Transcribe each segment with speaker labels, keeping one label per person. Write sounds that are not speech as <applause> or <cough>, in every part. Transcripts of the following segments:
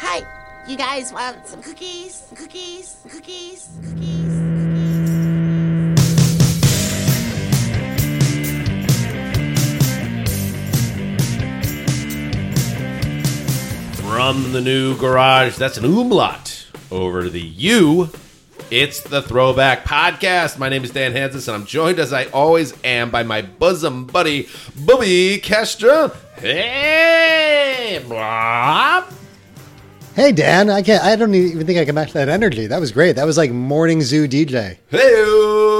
Speaker 1: Hey, you guys want some cookies? Cookies? Cookies? Cookies? Cookies?
Speaker 2: From the new garage, that's an umlaut, over to the U. It's the Throwback Podcast. My name is Dan Hansis, and I'm joined, as I always am, by my bosom buddy, Bobby Kestra. Hey, Blob.
Speaker 3: Hey Dan, I can't. I don't e-, even think I can match that energy. That was great. That was like morning zoo DJ.
Speaker 2: Hey,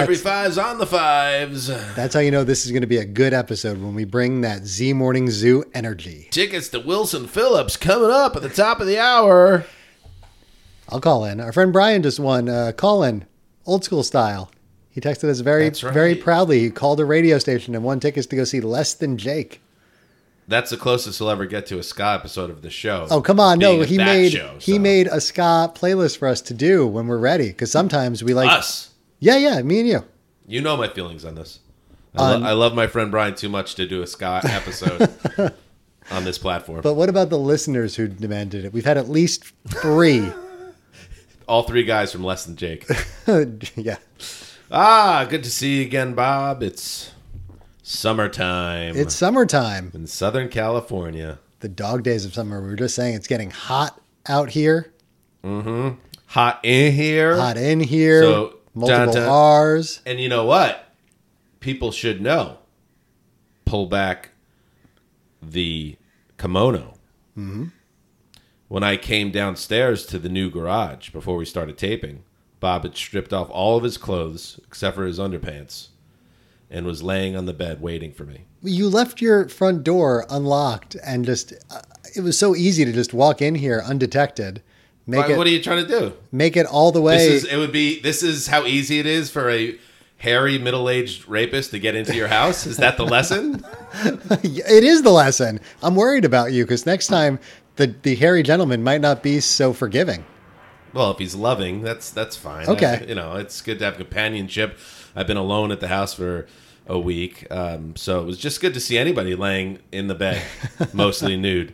Speaker 2: every five's on the fives.
Speaker 3: That's how you know this is going to be a good episode when we bring that Z morning zoo energy.
Speaker 2: Tickets to Wilson Phillips coming up at the top of the hour.
Speaker 3: I'll call in. Our friend Brian just won. Uh, call in, old school style. He texted us very,
Speaker 2: That's right.
Speaker 3: very proudly. He called a radio station and won tickets to go see Less Than Jake.
Speaker 2: That's the closest he'll ever get to a ska episode of the show.
Speaker 3: Oh come on!
Speaker 2: Being
Speaker 3: no,
Speaker 2: at
Speaker 3: he
Speaker 2: that
Speaker 3: made
Speaker 2: show,
Speaker 3: he
Speaker 2: so.
Speaker 3: made a ska playlist for us to do when we're ready. Because sometimes we like
Speaker 2: us.
Speaker 3: Yeah, yeah, me and you.
Speaker 2: You know my feelings on this. I,
Speaker 3: Um,
Speaker 2: lo- I love my friend Brian too much to do a Scott
Speaker 3: <laughs>
Speaker 2: episode on this platform.
Speaker 3: But what about the listeners who demanded it? We've had at least three. <laughs>
Speaker 2: All three guys from Less Than Jake.
Speaker 3: yeah.
Speaker 2: ah, good to see you again, Bob. It's summertime
Speaker 3: It's summertime.
Speaker 2: in Southern California.
Speaker 3: The dog days of summer. We were just saying it's getting hot out here,
Speaker 2: Hot in here.
Speaker 3: hot in here.
Speaker 2: So,
Speaker 3: multiple
Speaker 2: downtown-
Speaker 3: R's.
Speaker 2: And you know what? People should know. Pull back the kimono. Mm-hmm. When I came downstairs to the new garage before we started taping, Bob had stripped off all of his clothes except for his underpants and was laying on the bed waiting for me.
Speaker 3: You left your front door unlocked and just uh, it was so easy to just walk in here undetected. Make
Speaker 2: Why-
Speaker 3: it
Speaker 2: what are you trying to do?
Speaker 3: make it all the way. <laughs>
Speaker 2: This is it would be this is how easy it is for a hairy middle-aged rapist to get into your house. Is that the lesson?
Speaker 3: it is the lesson. I'm worried about you because next time the the hairy gentleman might not be so forgiving.
Speaker 2: Well, if he's loving, that's that's fine.
Speaker 3: Okay.
Speaker 2: I- you know, it's good to have companionship. I've been alone at the house for a week, um, so it was just good to see anybody laying in the bed, mostly nude.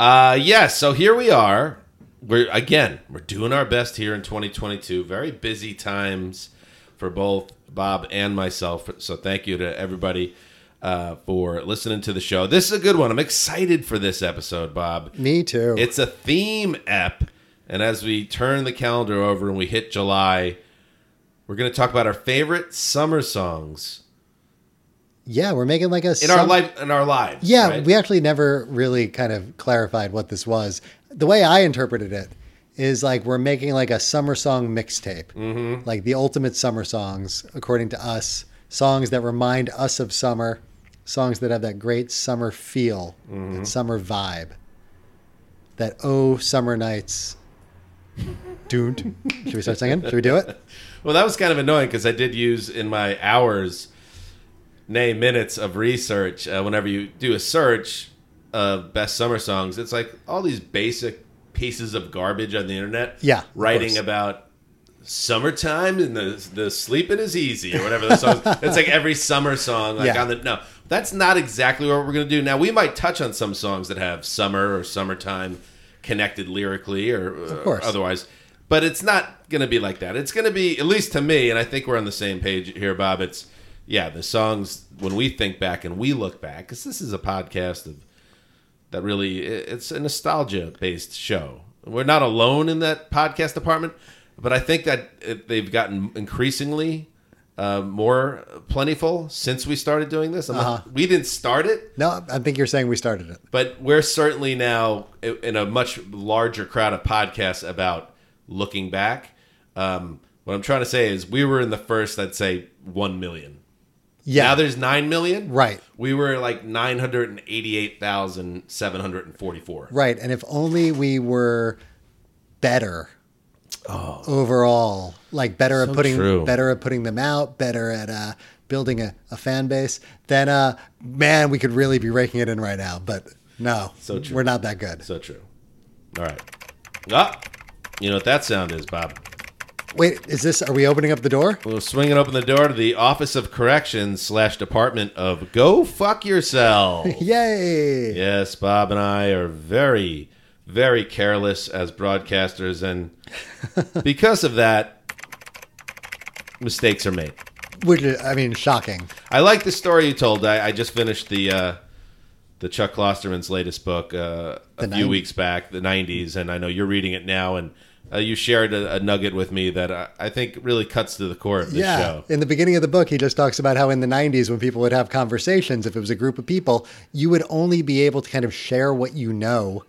Speaker 2: Uh, yes, so here we are. We're again, we're doing our best here in 2022. Very busy times for both Bob and myself. So thank you to everybody uh, for listening to the show. This is a good one. I'm excited for this episode, Bob.
Speaker 3: Me too.
Speaker 2: It's a theme ep, and as we turn the calendar over and we hit July, we're going to talk about our favorite summer songs
Speaker 3: yeah, we're making like a
Speaker 2: in our
Speaker 3: sum-
Speaker 2: life in our lives.
Speaker 3: Yeah,
Speaker 2: right?
Speaker 3: we actually never really kind of clarified what this was. The way I interpreted it is like we're making like a summer song mixtape, mm-hmm. like the ultimate summer songs, according to us. Songs that remind us of summer, songs that have that great summer feel, that summer vibe. That oh summer nights. Doomed. Should we start singing? Should we do it?
Speaker 2: Well, that was kind of annoying because I did use in my hours, nay minutes of research. Uh, whenever you do a search of best summer songs, it's like all these basic pieces of garbage on the internet.
Speaker 3: Yeah, of
Speaker 2: writing
Speaker 3: course.
Speaker 2: about summertime and the the sleeping is easy or whatever the
Speaker 3: <laughs>
Speaker 2: song. it's like every summer song. Like
Speaker 3: Yeah.
Speaker 2: on the no, that's not exactly what we're gonna do. Now we might touch on some songs that have summer or summertime connected lyrically or uh, of
Speaker 3: course.
Speaker 2: otherwise. But it's not going to be like that. It's going to be, at least to me, and I think we're on the same page here, Bob. It's, yeah, the songs, when we think back and we look back, because this is a podcast of, that really, it's a nostalgia based show. We're not alone in that podcast department, but I think that it, they've gotten increasingly uh, more plentiful since we started doing this. I'm not- we didn't start it,
Speaker 3: No, I think you're saying we started it.
Speaker 2: but we're certainly now i- in a much larger crowd of podcasts about looking back. Um, what I'm trying to say is we were in the first, I'd say, 1 million. Now
Speaker 3: Yeah.
Speaker 2: there's 9 million.
Speaker 3: Right.
Speaker 2: We were like 988,744.
Speaker 3: Right. And if only we were better overall, like better at putting
Speaker 2: Oh. true.
Speaker 3: better at putting them out, better at uh, building a, a fan base, then uh, man, we could really be raking it in right now. But no,
Speaker 2: So true.
Speaker 3: we're not that good.
Speaker 2: So true. All right. Ah, you know what that sound is, Bob.
Speaker 3: Wait, is this? Are we opening up the door?
Speaker 2: We're swinging open the door to the Office of Corrections slash Department of Go Fuck Yourself.
Speaker 3: Yay!
Speaker 2: Yes, Bob and I are very very careless as broadcasters,
Speaker 3: <laughs>
Speaker 2: and because of that, mistakes are made.
Speaker 3: Which is, I mean, shocking.
Speaker 2: I like the story you told. I, I just finished the uh, the Chuck Klosterman's latest book uh, a
Speaker 3: The
Speaker 2: few
Speaker 3: 90s.
Speaker 2: weeks back, the '90s, and I know you're reading it now. And uh, you shared a, a nugget with me that I, I think really cuts to the core of this
Speaker 3: yeah.
Speaker 2: show.
Speaker 3: In the beginning of the book, he just talks about how in the 90s, when people would have conversations, if it was a group of people, you would only be able to kind of share what you know.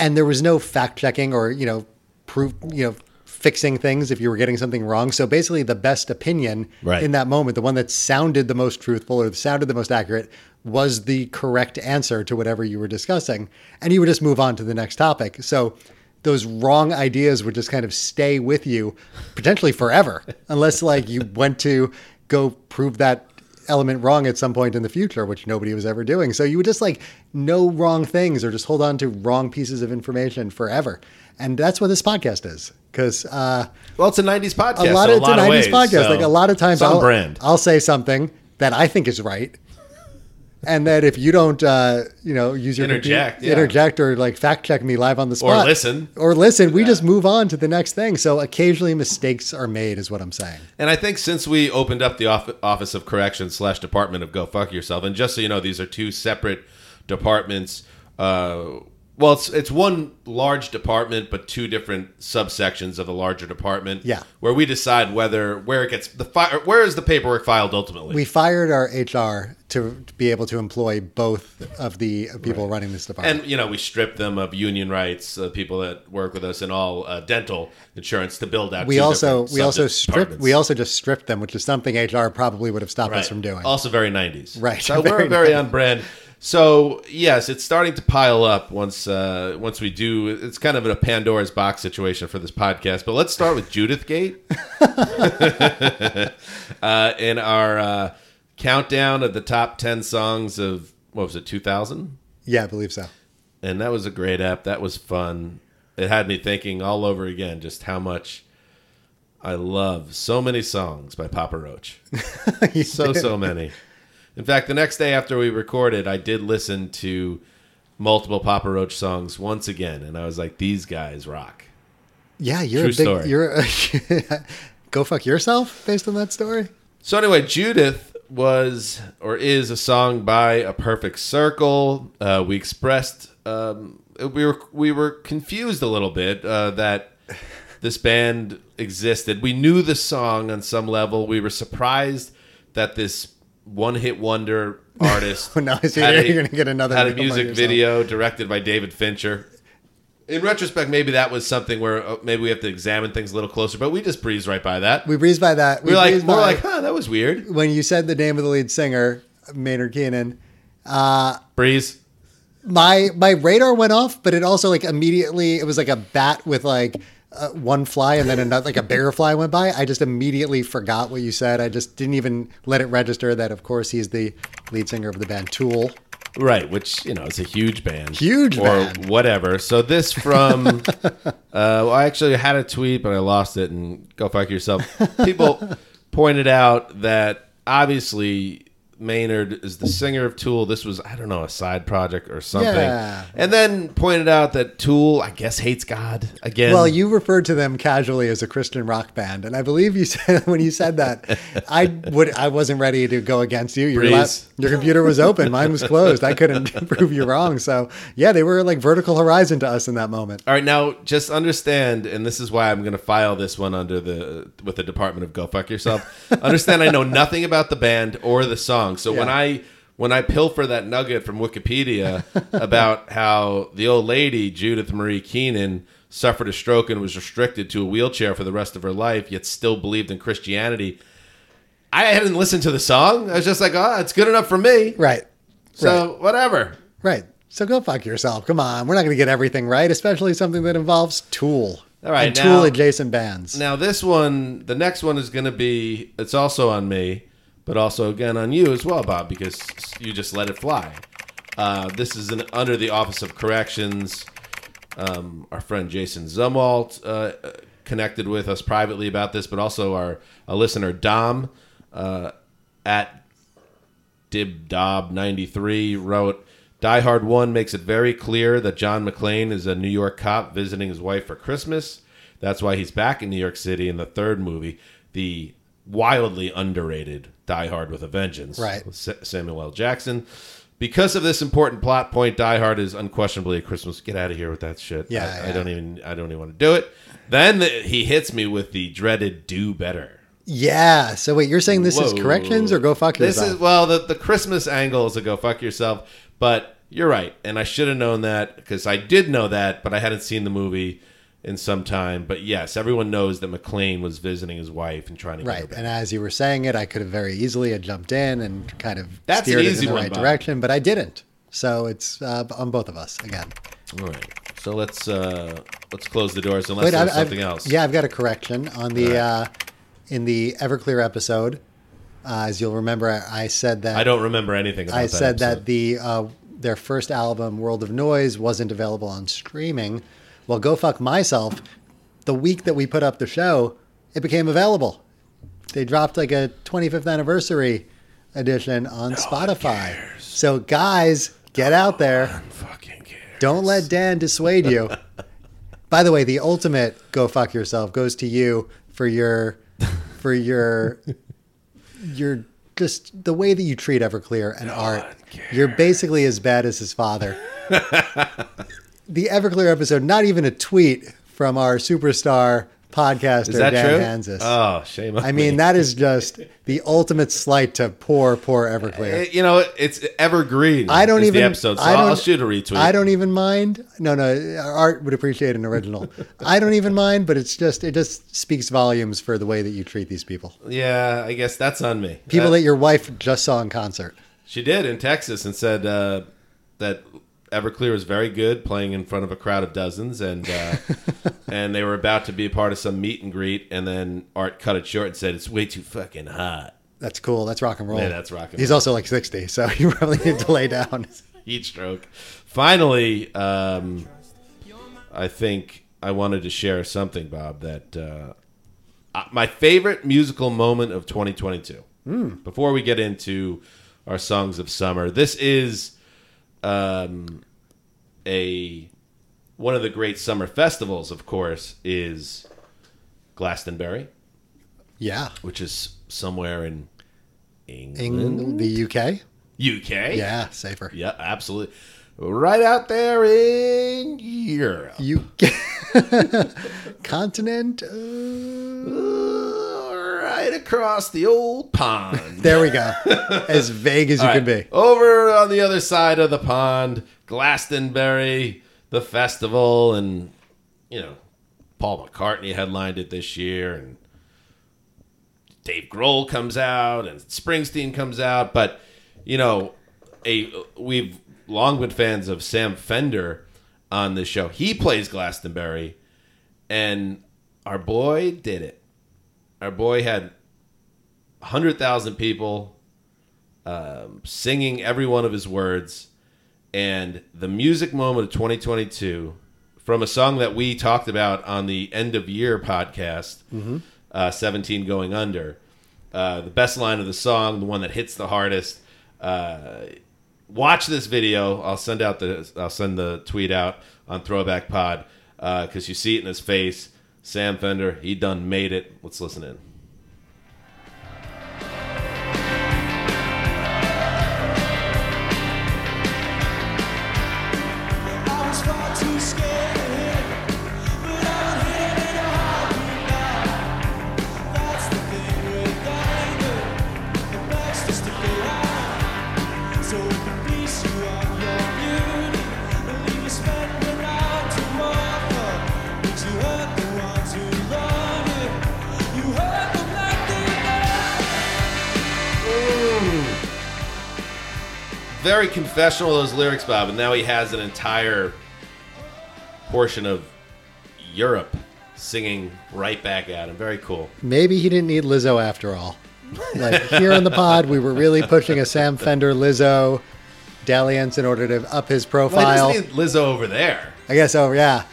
Speaker 3: And there was no fact checking or, you know, proof, you know, fixing things if you were getting something wrong. So basically, the best opinion
Speaker 2: Right.
Speaker 3: in that moment, the one that sounded the most truthful or sounded the most accurate, was the correct answer to whatever you were discussing. And you would just move on to the next topic. So those wrong ideas would just kind of stay with you potentially forever, <laughs> unless like you went to go prove that element wrong at some point in the future, which nobody was ever doing. So you would just like know wrong things or just hold on to wrong pieces of information forever. And that's what this podcast is. Because uh,
Speaker 2: Well, it's a '90s podcast.
Speaker 3: a lot
Speaker 2: in
Speaker 3: of it's a 90s
Speaker 2: ways,
Speaker 3: podcast.
Speaker 2: so
Speaker 3: like a lot of times
Speaker 2: it's on
Speaker 3: I'll,
Speaker 2: brand.
Speaker 3: I'll say something that I think is right. And that if you don't, uh, you know, use your computer-
Speaker 2: Interject, yeah.
Speaker 3: interject, or like fact check me live on the spot,
Speaker 2: listen.
Speaker 3: or listen, we just move on to the next thing. So occasionally mistakes are made, is what I'm saying.
Speaker 2: And I think since we opened up the off- Office of Corrections slash Department of Go Fuck Yourself, and just so you know, these are two separate departments. Uh, well, it's it's one large department, but two different subsections of the larger department.
Speaker 3: Yeah.
Speaker 2: where we decide whether where it gets the fi- where is the paperwork filed ultimately.
Speaker 3: We fired our HR to be able to employ both of the people running this department.
Speaker 2: and you know we strip them of union rights, uh, people that work with us, and all uh, dental insurance to build out.
Speaker 3: we
Speaker 2: two
Speaker 3: also
Speaker 2: different
Speaker 3: we also
Speaker 2: sub-departments.
Speaker 3: stripped we also just stripped them, which is something HR probably would have stopped us from doing.
Speaker 2: Also very 90s.
Speaker 3: Right.
Speaker 2: So we're
Speaker 3: <laughs> Very
Speaker 2: very on brand. So yes, it's starting to pile up once uh, once we do. It's kind of a Pandora's box situation for this podcast. But let's start with
Speaker 3: <laughs>
Speaker 2: Judith Gate <laughs> uh, in our uh, countdown of the top ten songs of what was it two thousand?
Speaker 3: yeah, I believe so. <laughs>
Speaker 2: and that was a great app. That was fun. It had me thinking all over again just how much I love so many songs by Papa Roach.
Speaker 3: <laughs>
Speaker 2: so so many. In fact, the next day after we recorded, I did listen to multiple Papa Roach songs once again, and I was like, "These guys rock."
Speaker 3: Yeah, you're
Speaker 2: True
Speaker 3: a big.
Speaker 2: story.
Speaker 3: You're a, <laughs> go fuck yourself based on that story.
Speaker 2: So anyway, Judith was or is a song by A Perfect Circle. Uh, we expressed um, we were we were confused a little bit uh, that this band existed. We knew the song on some level. We were surprised that this one-hit
Speaker 3: <laughs>
Speaker 2: wonder artist
Speaker 3: Oh, no, I see. You're gonna get another
Speaker 2: had a
Speaker 3: Come On
Speaker 2: music
Speaker 3: Yourself.
Speaker 2: video directed by David Fincher. In retrospect, maybe that was something where uh, maybe we have to examine things a little closer, but we just breezed right by that.
Speaker 3: We breezed by that.
Speaker 2: We are like
Speaker 3: breezed
Speaker 2: more
Speaker 3: by-
Speaker 2: like, huh, that was weird.
Speaker 3: when you said the name of the lead singer, Maynard Keenan.
Speaker 2: Breeze.
Speaker 3: my my radar went off, but it also like immediately it was like a bat with like uh, one fly and then another like a bigger fly went by. I just immediately forgot what you said. I just didn't even let it register that of course he's the lead singer of the band Tool.
Speaker 2: Right, which you know is a huge band,
Speaker 3: Huge
Speaker 2: or
Speaker 3: band.
Speaker 2: whatever. So this from,
Speaker 3: <laughs>
Speaker 2: uh, well, I actually had a tweet, but I lost it. And go fuck yourself.
Speaker 3: <laughs>
Speaker 2: People pointed out that obviously Maynard is the singer of Tool. This was I don't know a side project or something,
Speaker 3: Yeah.
Speaker 2: and then pointed out that Tool I guess hates God again.
Speaker 3: Well, you referred to them casually as a Christian rock band, and I believe you <laughs> said when you said that, I would I wasn't ready to go against you. Your
Speaker 2: Breeze.
Speaker 3: your computer was open, mine was closed. I couldn't <laughs> prove you wrong. So yeah, they were like vertical horizon to us in that moment.
Speaker 2: All right, now just understand, and this is why I'm going to file this one under the with the Department of Go Fuck Yourself.
Speaker 3: <laughs>
Speaker 2: understand, I know nothing about the band or the song, so when
Speaker 3: Yeah.
Speaker 2: I when I pilfer that nugget from
Speaker 3: <laughs>
Speaker 2: Wikipedia about how the old lady Judith Marie Keenan suffered a stroke and was restricted to a wheelchair for the rest of her life, yet still believed in Christianity, I hadn't listened to the song. I was just like, oh, it's good enough for me.
Speaker 3: Right.
Speaker 2: So whatever.
Speaker 3: Right. So go fuck yourself. Come on. We're not going to get everything right, especially something that involves Tool.
Speaker 2: All right,
Speaker 3: And
Speaker 2: now-
Speaker 3: Tool adjacent bands.
Speaker 2: Now this one, the next one is going to be. It's also on me, but also again on you as well, Bob, because you just let it fly. Uh, this is an under the Office of Corrections. Um, our friend Jason Zumwalt uh, connected with us privately about this, but also our a listener Dom uh, at Dibdob93 wrote, Die Hard 1 makes it very clear that John McClane is a New York cop visiting his wife for Christmas. That's why he's back in New York City in the third movie, the wildly underrated Die Hard with a Vengeance.
Speaker 3: Right.
Speaker 2: with Sa- Samuel L. Jackson. Because of this important plot point, Die Hard is unquestionably a Christmas. Get out of here with that shit.
Speaker 3: Yeah,
Speaker 2: I, I
Speaker 3: yeah.
Speaker 2: don't even. I don't even want to do it. Then the, he hits me with the dreaded "do better."
Speaker 3: Yeah. So wait, you're saying this is
Speaker 2: Whoa.
Speaker 3: corrections or go fuck
Speaker 2: This
Speaker 3: yourself?
Speaker 2: is well, the the Christmas angle is a go fuck yourself, but you're right, and I should have known that because I did know that, but I hadn't seen the movie in some time. But yes, everyone knows that McLean was visiting his wife and trying to get her
Speaker 3: right.
Speaker 2: back.
Speaker 3: And as you were saying it, I could have very easily had jumped in and kind of
Speaker 2: That's an
Speaker 3: steered it in
Speaker 2: easy
Speaker 3: the
Speaker 2: one,
Speaker 3: right
Speaker 2: Bob.
Speaker 3: direction, but I didn't. So it's uh, on both of us again.
Speaker 2: All right, so let's uh let's close the doors unless
Speaker 3: Wait, I,
Speaker 2: there's
Speaker 3: I've-
Speaker 2: something else.
Speaker 3: Yeah, I've got a correction on the
Speaker 2: All right.
Speaker 3: uh, in the Everclear episode. Uh, as you'll remember, I, I said that
Speaker 2: I don't remember anything. About
Speaker 3: I
Speaker 2: that
Speaker 3: said that
Speaker 2: episode.
Speaker 3: the uh, their first album, World of Noise, wasn't available on streaming. Well, go fuck myself. The week that we put up the show, it became available. They dropped like a 25th anniversary edition on Spotify. So guys, get out there.
Speaker 2: fucking care.
Speaker 3: Don't let Dan
Speaker 2: <laughs>
Speaker 3: dissuade you. By the way, the ultimate go fuck yourself goes to you for your for your your just the way that you treat Everclear and art. You're basically as bad as
Speaker 2: <laughs>
Speaker 3: his father. the Everclear episode, not even a tweet from our superstar podcaster
Speaker 2: Is that
Speaker 3: Dan
Speaker 2: true?
Speaker 3: Hansis.
Speaker 2: Oh, shame. on
Speaker 3: I mean,
Speaker 2: me.
Speaker 3: that is just the ultimate slight to poor, poor Everclear.
Speaker 2: It- you know, it's evergreen.
Speaker 3: I don't
Speaker 2: is
Speaker 3: even.
Speaker 2: the episode. So
Speaker 3: I don't,
Speaker 2: will shoot a retweet.
Speaker 3: I don't even mind. No, no, Art would appreciate an original. I don't even mind, but it's just it just speaks volumes for the way that you treat these people.
Speaker 2: Yeah, I guess that's on me.
Speaker 3: People
Speaker 2: That-
Speaker 3: that your wife just saw in concert.
Speaker 2: She did in Texas and said uh, that Everclear was very good playing in front of a crowd of dozens, and uh, and they were about to be a part of some meet and greet, and then Art cut it short and said it's way too fucking hot.
Speaker 3: That's cool. That's rock and roll.
Speaker 2: Yeah, that's rock and
Speaker 3: He's
Speaker 2: roll.
Speaker 3: also like sixty, so <laughs> you probably need to lay down.
Speaker 2: Heat stroke. Finally, um, I think I wanted to share something, Bob. That uh, uh, my favorite musical moment of 2022. Before we get into our songs of summer, this is um, a one of the great summer festivals. Of course, is Glastonbury,
Speaker 3: Yeah,
Speaker 2: which is somewhere in England,
Speaker 3: in the UK.
Speaker 2: UK.
Speaker 3: Yeah, safer.
Speaker 2: Yeah, absolutely. Right out there in Europe.
Speaker 3: UK <laughs> continent. uh,
Speaker 2: Right across the old pond.
Speaker 3: there we go. As vague as you
Speaker 2: All
Speaker 3: can
Speaker 2: right,
Speaker 3: be.
Speaker 2: Over on the other side of the pond, Glastonbury, the festival, and, you know, Paul McCartney headlined it this year, and Dave Grohl comes out, and Springsteen comes out. But, you know, a we've long been fans of Sam Fender on this show. He plays Glastonbury, and our boy did it. Our boy had 100,000 people um, singing every one of his words. And the music moment of 2022 from a song that we talked about on the end of year podcast, uh, 17 Going Under. Uh, the best line of the song, the one that hits the hardest. Uh, watch this video. I'll send out the I'll send the tweet out on Throwback Pod because you see it in his face. Sam Fender, he done made it. Let's listen in.
Speaker 4: I was far too scared to hit it, but I'm hit it in a heartbeat now. That's the thing with anger, it begs to stick around. So it can piece you of your beauty and leave you spending out to offer. But you hurt the ones who love you, you hurt them like they know.
Speaker 2: very confessional those lyrics, Bob, and now he has an entire portion of Europe singing right back at him. Very cool.
Speaker 3: Maybe he didn't need Lizzo after all. Like here on the pod, we were really pushing a Sam Fender Lizzo dalliance in order to up his
Speaker 2: Why
Speaker 3: profile.
Speaker 2: doesn't he Lizzo over there?
Speaker 3: I guess. Oh yeah,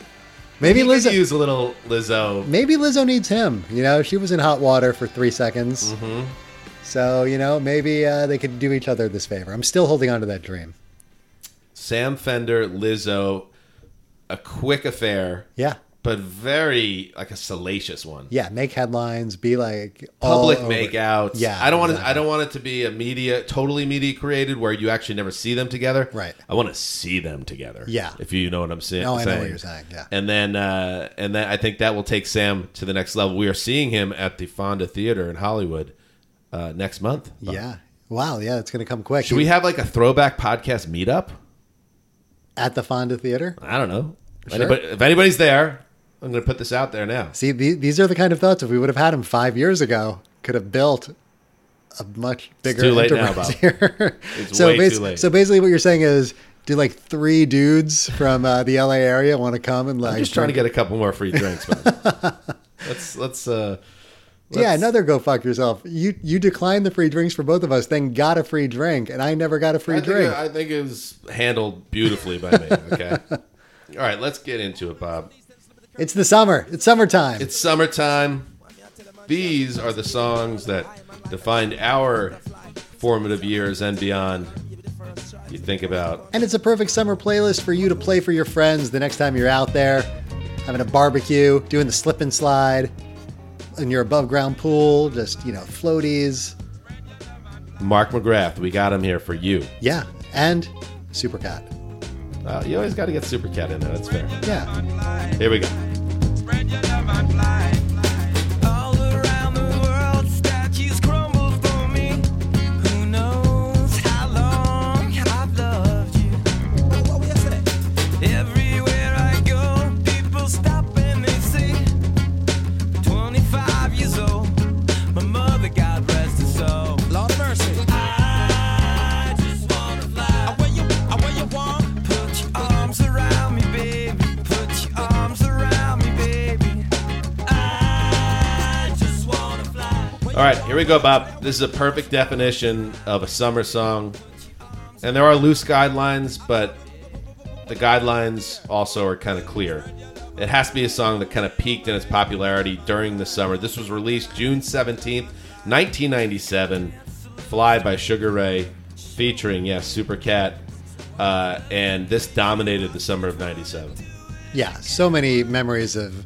Speaker 3: maybe
Speaker 2: He could
Speaker 3: Lizzo.
Speaker 2: use a little Lizzo.
Speaker 3: maybe Lizzo needs him. You know, she was in hot water for three seconds.
Speaker 2: Mm-hmm.
Speaker 3: So you know, maybe uh, they could do each other this favor. I'm still holding on to that dream.
Speaker 2: Sam Fender, Lizzo, a quick affair,
Speaker 3: Yeah.
Speaker 2: but very like a salacious one.
Speaker 3: Yeah. Make headlines. Be like all
Speaker 2: Public
Speaker 3: over.
Speaker 2: makeouts.
Speaker 3: Yeah,
Speaker 2: I don't want to.
Speaker 3: exactly.
Speaker 2: I don't want it to be a media, totally media created, where you actually never see them together.
Speaker 3: Right.
Speaker 2: I want to see them together.
Speaker 3: Yeah.
Speaker 2: If you know what I'm saying.
Speaker 3: No, I know what you're saying. Yeah.
Speaker 2: And then, uh, and then I think that will take Sam to the next level. We are seeing him at the Fonda Theater in Hollywood uh, next month.
Speaker 3: Yeah. Wow. Yeah. It's going to come quick.
Speaker 2: Should we have like a throwback podcast meetup?
Speaker 3: at the Fonda Theater?
Speaker 2: I don't know.
Speaker 3: Sure.
Speaker 2: Anybody- if anybody's there, I'm going to put this out there now.
Speaker 3: See, the- these are the kind of thoughts if we would have had them five years ago, could have built a much bigger
Speaker 2: too late now,
Speaker 3: enterprise
Speaker 2: Bob.
Speaker 3: here.
Speaker 2: It's
Speaker 3: <laughs> so,
Speaker 2: way too
Speaker 3: basi-
Speaker 2: late.
Speaker 3: so basically, what you're saying is, do like three dudes from uh, the LA area want to come and like?
Speaker 2: I'm just trying to get a couple more free drinks, but
Speaker 3: <laughs>
Speaker 2: let's let's uh let's,
Speaker 3: yeah, another go fuck yourself. You you declined the free drinks for both of us, then got a free drink, and I never got a free
Speaker 2: I think,
Speaker 3: drink.
Speaker 2: it, I think it was handled beautifully by me.
Speaker 3: <laughs>
Speaker 2: Okay. All right, let's get into it, Bob.
Speaker 3: It's the summer. It's summertime.
Speaker 2: It's summertime. These are the songs that defined our formative years and beyond. You think about
Speaker 3: and it's a perfect summer playlist for you to play for your friends the next time you're out there having a barbecue doing the slip and slide in your above ground pool just you know floaties
Speaker 2: Mark McGrath. We got him here for you.
Speaker 3: yeah and supercat
Speaker 2: Uh, you always got to get Supercat in there. That's fair.
Speaker 3: yeah
Speaker 2: Here we go.
Speaker 5: Spread your love and fly. All around the world, statues crumble for me. Who knows how long I've loved you? Everywhere I go, people stop and they say, 25 years old. My mother, God rest her soul.
Speaker 4: Lord of mercy.
Speaker 5: I just wanna fly.
Speaker 4: I wear you, I wear you warm.
Speaker 5: Put your arms around me, baby. Put your arms around me, baby. I just wanna fly.
Speaker 2: All right, here we go, Bob. This is a perfect definition of a summer song. And there are loose guidelines, but the guidelines also are kind of clear. It has to be a song that kind of peaked in its popularity during the summer. This was released June 17th, 1997. Fly by Sugar Ray, featuring, yes, Super Cat. Uh, and this dominated the summer of 97.
Speaker 3: yeah so many memories of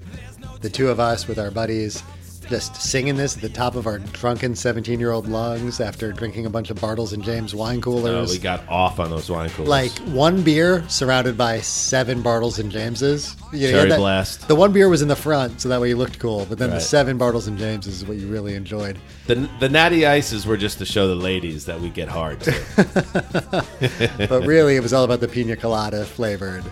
Speaker 3: the two of us with our buddies just singing this at the top of our drunken 17 year old lungs after drinking a bunch of bartles and james wine
Speaker 2: Oh,
Speaker 3: coolers
Speaker 2: we got off on those wine coolers.
Speaker 3: like one beer surrounded by seven Bartles and Jameses. You
Speaker 2: Cherry
Speaker 3: you had that-
Speaker 2: Blast.
Speaker 3: The one beer was in the front, so that way you looked cool. But then the
Speaker 2: Right.
Speaker 3: seven Bartles and Jameses is what you really enjoyed.
Speaker 2: the, the natty ices were just to show the ladies that we get hard to.
Speaker 3: But really, it was all about the pina colada flavored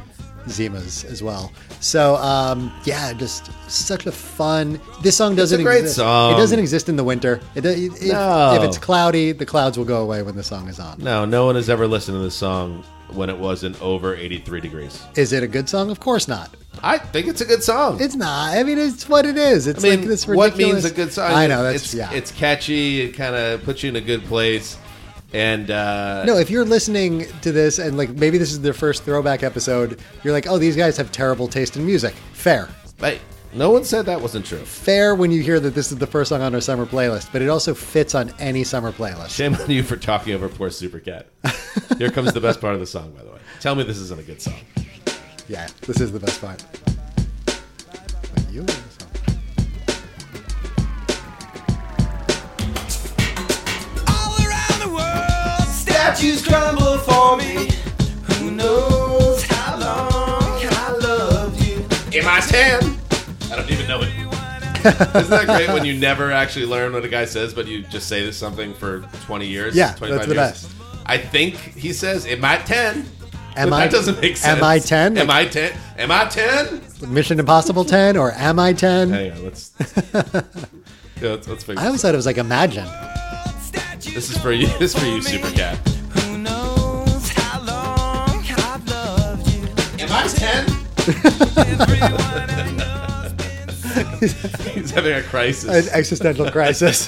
Speaker 3: Zimas as well. So um, yeah, just such a fun. This song doesn't
Speaker 2: great
Speaker 3: exist.
Speaker 2: song.
Speaker 3: It doesn't exist in the winter. It, do- if,
Speaker 2: No.
Speaker 3: if it's cloudy, the clouds will go away when the song is on.
Speaker 2: No, no one has ever listened to this song when it wasn't over 83 degrees.
Speaker 3: Is it a good song? Of course not.
Speaker 2: I think it's a good song.
Speaker 3: It's not. I mean, it's what it is. It's
Speaker 2: I mean,
Speaker 3: like this ridiculous.
Speaker 2: what means a good song?
Speaker 3: I know that's
Speaker 2: it's,
Speaker 3: yeah.
Speaker 2: It's catchy. It kind of puts you in a good place. And uh,
Speaker 3: No, if you're listening to this and like maybe this is their first throwback episode, you're like, oh, these guys have terrible taste in music. Fair.
Speaker 2: hey, no one said that wasn't true.
Speaker 3: Fair when you hear that this is the first song on our summer playlist, but it also fits on any summer playlist.
Speaker 2: Shame on you for talking over poor
Speaker 3: <laughs>
Speaker 2: Supercat. Here comes the best part of the song, by the way. Tell me this isn't a good song.
Speaker 3: Yeah, this is the best part. But you-
Speaker 5: All around the world, statues crumble for me. Who knows how long I loved you?
Speaker 2: In my hand. I don't even know it. Isn't that great when you never actually learn what a guy says, but you just say this something for 20 years?
Speaker 3: Yeah,
Speaker 2: 25
Speaker 3: that's the
Speaker 2: years?
Speaker 3: best.
Speaker 2: I think he says, Am I 10?
Speaker 3: Am
Speaker 2: that
Speaker 3: I-
Speaker 2: doesn't make sense.
Speaker 3: am I 10?
Speaker 2: Am I 10? Am I 10?
Speaker 3: Mission Impossible 10 or Am I 10?
Speaker 2: Hang on,
Speaker 3: <laughs>
Speaker 2: let's. yeah, let's, let's figure
Speaker 3: I
Speaker 2: this out.
Speaker 3: always thought it was like Imagine. <laughs>
Speaker 5: Statues
Speaker 2: This is for you, this is for you, Supercat.
Speaker 5: Who knows how long I've loved you?
Speaker 2: Am I 10?
Speaker 5: Everyone I know's been
Speaker 2: <laughs> He's having a
Speaker 3: An
Speaker 2: crisis.
Speaker 3: existential crisis. <laughs>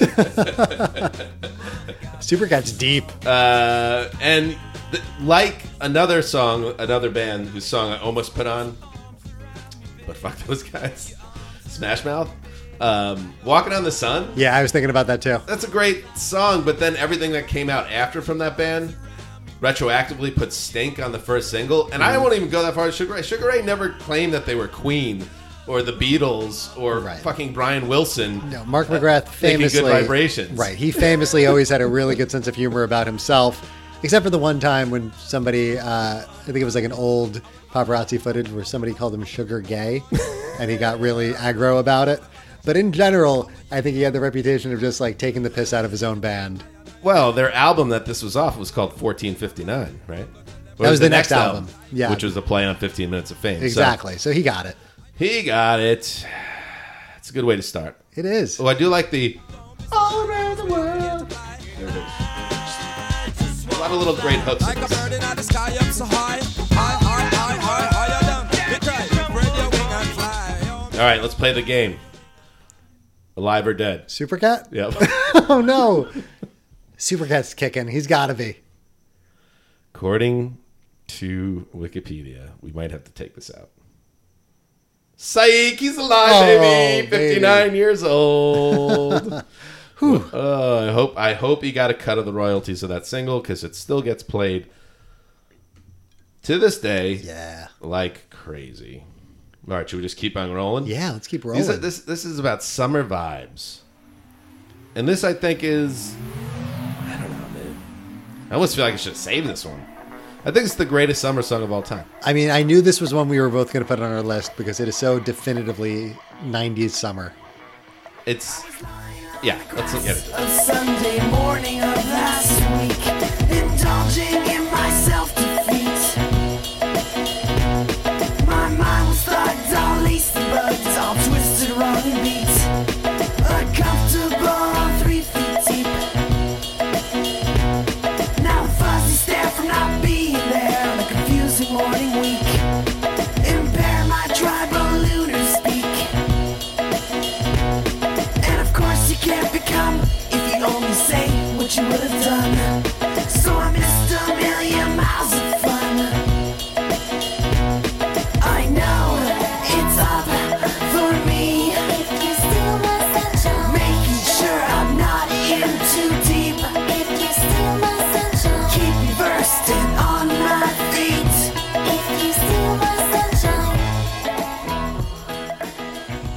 Speaker 3: Supercat's deep.
Speaker 2: Uh, and th- like another song, another band whose song I almost put on, but fuck those guys, Smash Mouth. Um, Walking on the Sun.
Speaker 3: Yeah, I was thinking about that too.
Speaker 2: That's a great song, but then everything that came out after from that band retroactively put Stink on the first single. And
Speaker 3: Mm-hmm.
Speaker 2: I won't even go that far as Sugar Ray. Sugar Ray never claimed that they were Queen or the Beatles or
Speaker 3: Right.
Speaker 2: fucking Brian Wilson.
Speaker 3: No, Mark McGrath
Speaker 2: Thinking Good
Speaker 3: famously
Speaker 2: Vibrations.
Speaker 3: Right, he famously always had a really good sense of humor about himself, except for the one time when somebody, uh, I think it was like an old paparazzi footage where somebody called him Sugar Gay, and he got really aggro about it. But in general, I think he had the reputation of just like taking the piss out of his own band.
Speaker 2: Well, their album that this was off was called 1459, right? Or
Speaker 3: was the next album. Yeah.
Speaker 2: Which was a play on 15 Minutes of Fame. So
Speaker 3: Exactly. So, he got it.
Speaker 2: he got it. It's a good way to start.
Speaker 3: It is.
Speaker 2: Oh, I do like the
Speaker 1: All around the world.
Speaker 2: a lot of little great hooks.
Speaker 5: Like a bird in the sky up so high. High, high, high, high, higher than the cry. Spread your wing and fly. Oh,
Speaker 2: All right, let's play the game. Alive or dead?
Speaker 3: Supercat? <laughs>
Speaker 2: Yep. <laughs>
Speaker 3: Oh no. Supercat's kicking. He's got to be.
Speaker 2: According to Wikipedia, we might have to take this out. Psyche, he's alive,
Speaker 3: Oh,
Speaker 2: baby.
Speaker 3: baby.
Speaker 2: Fifty-nine years
Speaker 3: <laughs>
Speaker 2: old. Uh, I hope I hope he got a cut of the royalties of that single because it still gets played to this day
Speaker 3: Yeah.
Speaker 2: like crazy. All right, should we just keep on rolling?
Speaker 3: Yeah, let's keep rolling.
Speaker 2: These are, this this is about summer vibes, and this I think is I don't know, man. I almost feel like I should save this one. I think it's the greatest summer song of all time.
Speaker 3: I mean, I knew this was one we were both going to put on our list because it is so definitively 90s summer.
Speaker 2: It's yeah. Let's look at it.
Speaker 6: A Sunday morning of last week, indulging in my self defeat. My mind was thugged, all laced and bugged, all twisted, wrong and beat. Uncomfortable, three feet deep. Now a fuzzy stare from not being there on a confusing morning week. Impair my tribal lunar speak. And of course you can't become if you only say what you would have done. So I missed a million miles of fun. I know it's up for me. Making sure I'm not in too deep. Keep me bursting on my feet.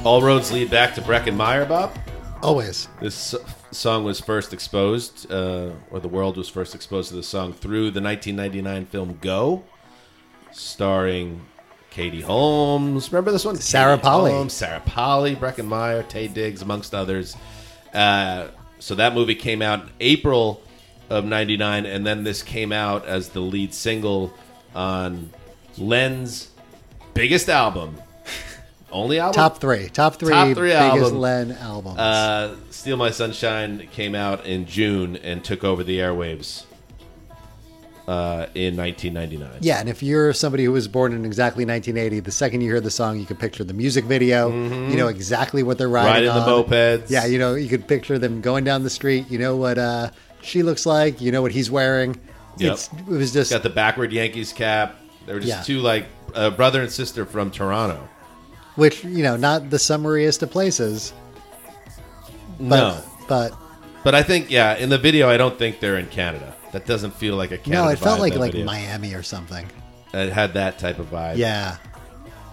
Speaker 2: All roads lead back to Breckenmeyer, Bob.
Speaker 3: Always.
Speaker 2: This s- song was first exposed, uh, or the world was first exposed to this song through the 1999 film Go, starring Katie Holmes. Remember this one?
Speaker 3: Sarah
Speaker 2: Katie
Speaker 3: Polley.
Speaker 2: Holmes, Sarah Polly, Breckenmeyer, Tay Diggs, amongst others. Uh, so that movie came out in April of 99, and then this came out as the lead single on Len's biggest
Speaker 3: <laughs>
Speaker 2: album. Only album?
Speaker 3: Top three. Top three,
Speaker 2: Top three
Speaker 3: biggest
Speaker 2: album.
Speaker 3: Len albums.
Speaker 2: Uh, Steal My Sunshine came out in June and took over the airwaves uh, in 1999.
Speaker 3: yeah, and if you're somebody who was born in exactly 1980, the second you hear the song, you can picture the music video. You know exactly what they're riding,
Speaker 2: Mm-hmm. Riding the
Speaker 3: on.
Speaker 2: mopeds.
Speaker 3: Yeah, you know, you could picture them going down the street. You know what uh, she looks like. You know what he's wearing.
Speaker 2: Yep.
Speaker 3: It's, it was just
Speaker 2: Got the backward Yankees cap. They were just
Speaker 3: Yeah.
Speaker 2: two like uh, brother and sister from Toronto.
Speaker 3: which you know not the summariest of places.
Speaker 2: no,
Speaker 3: but
Speaker 2: but I think yeah. In the video, I don't think they're in Canada. That doesn't feel like a Canada.
Speaker 3: no, it felt
Speaker 2: vibe,
Speaker 3: like
Speaker 2: that
Speaker 3: like
Speaker 2: video.
Speaker 3: Miami or something.
Speaker 2: It had that type of vibe.
Speaker 3: Yeah,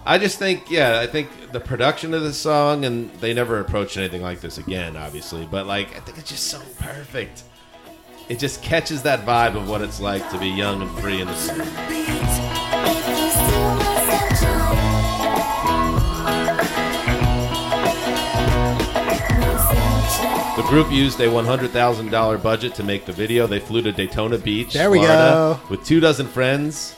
Speaker 2: I just think, yeah, I think the production of this song, and they never approached anything like this again, obviously, but like, I think it's just so perfect. It just catches that vibe of what it's like to be young and free in the city.
Speaker 6: Beat.
Speaker 2: The group used a $100,000 budget to make the video. They flew to Daytona Beach,
Speaker 3: There we
Speaker 2: Florida,
Speaker 3: go.
Speaker 2: with two dozen friends,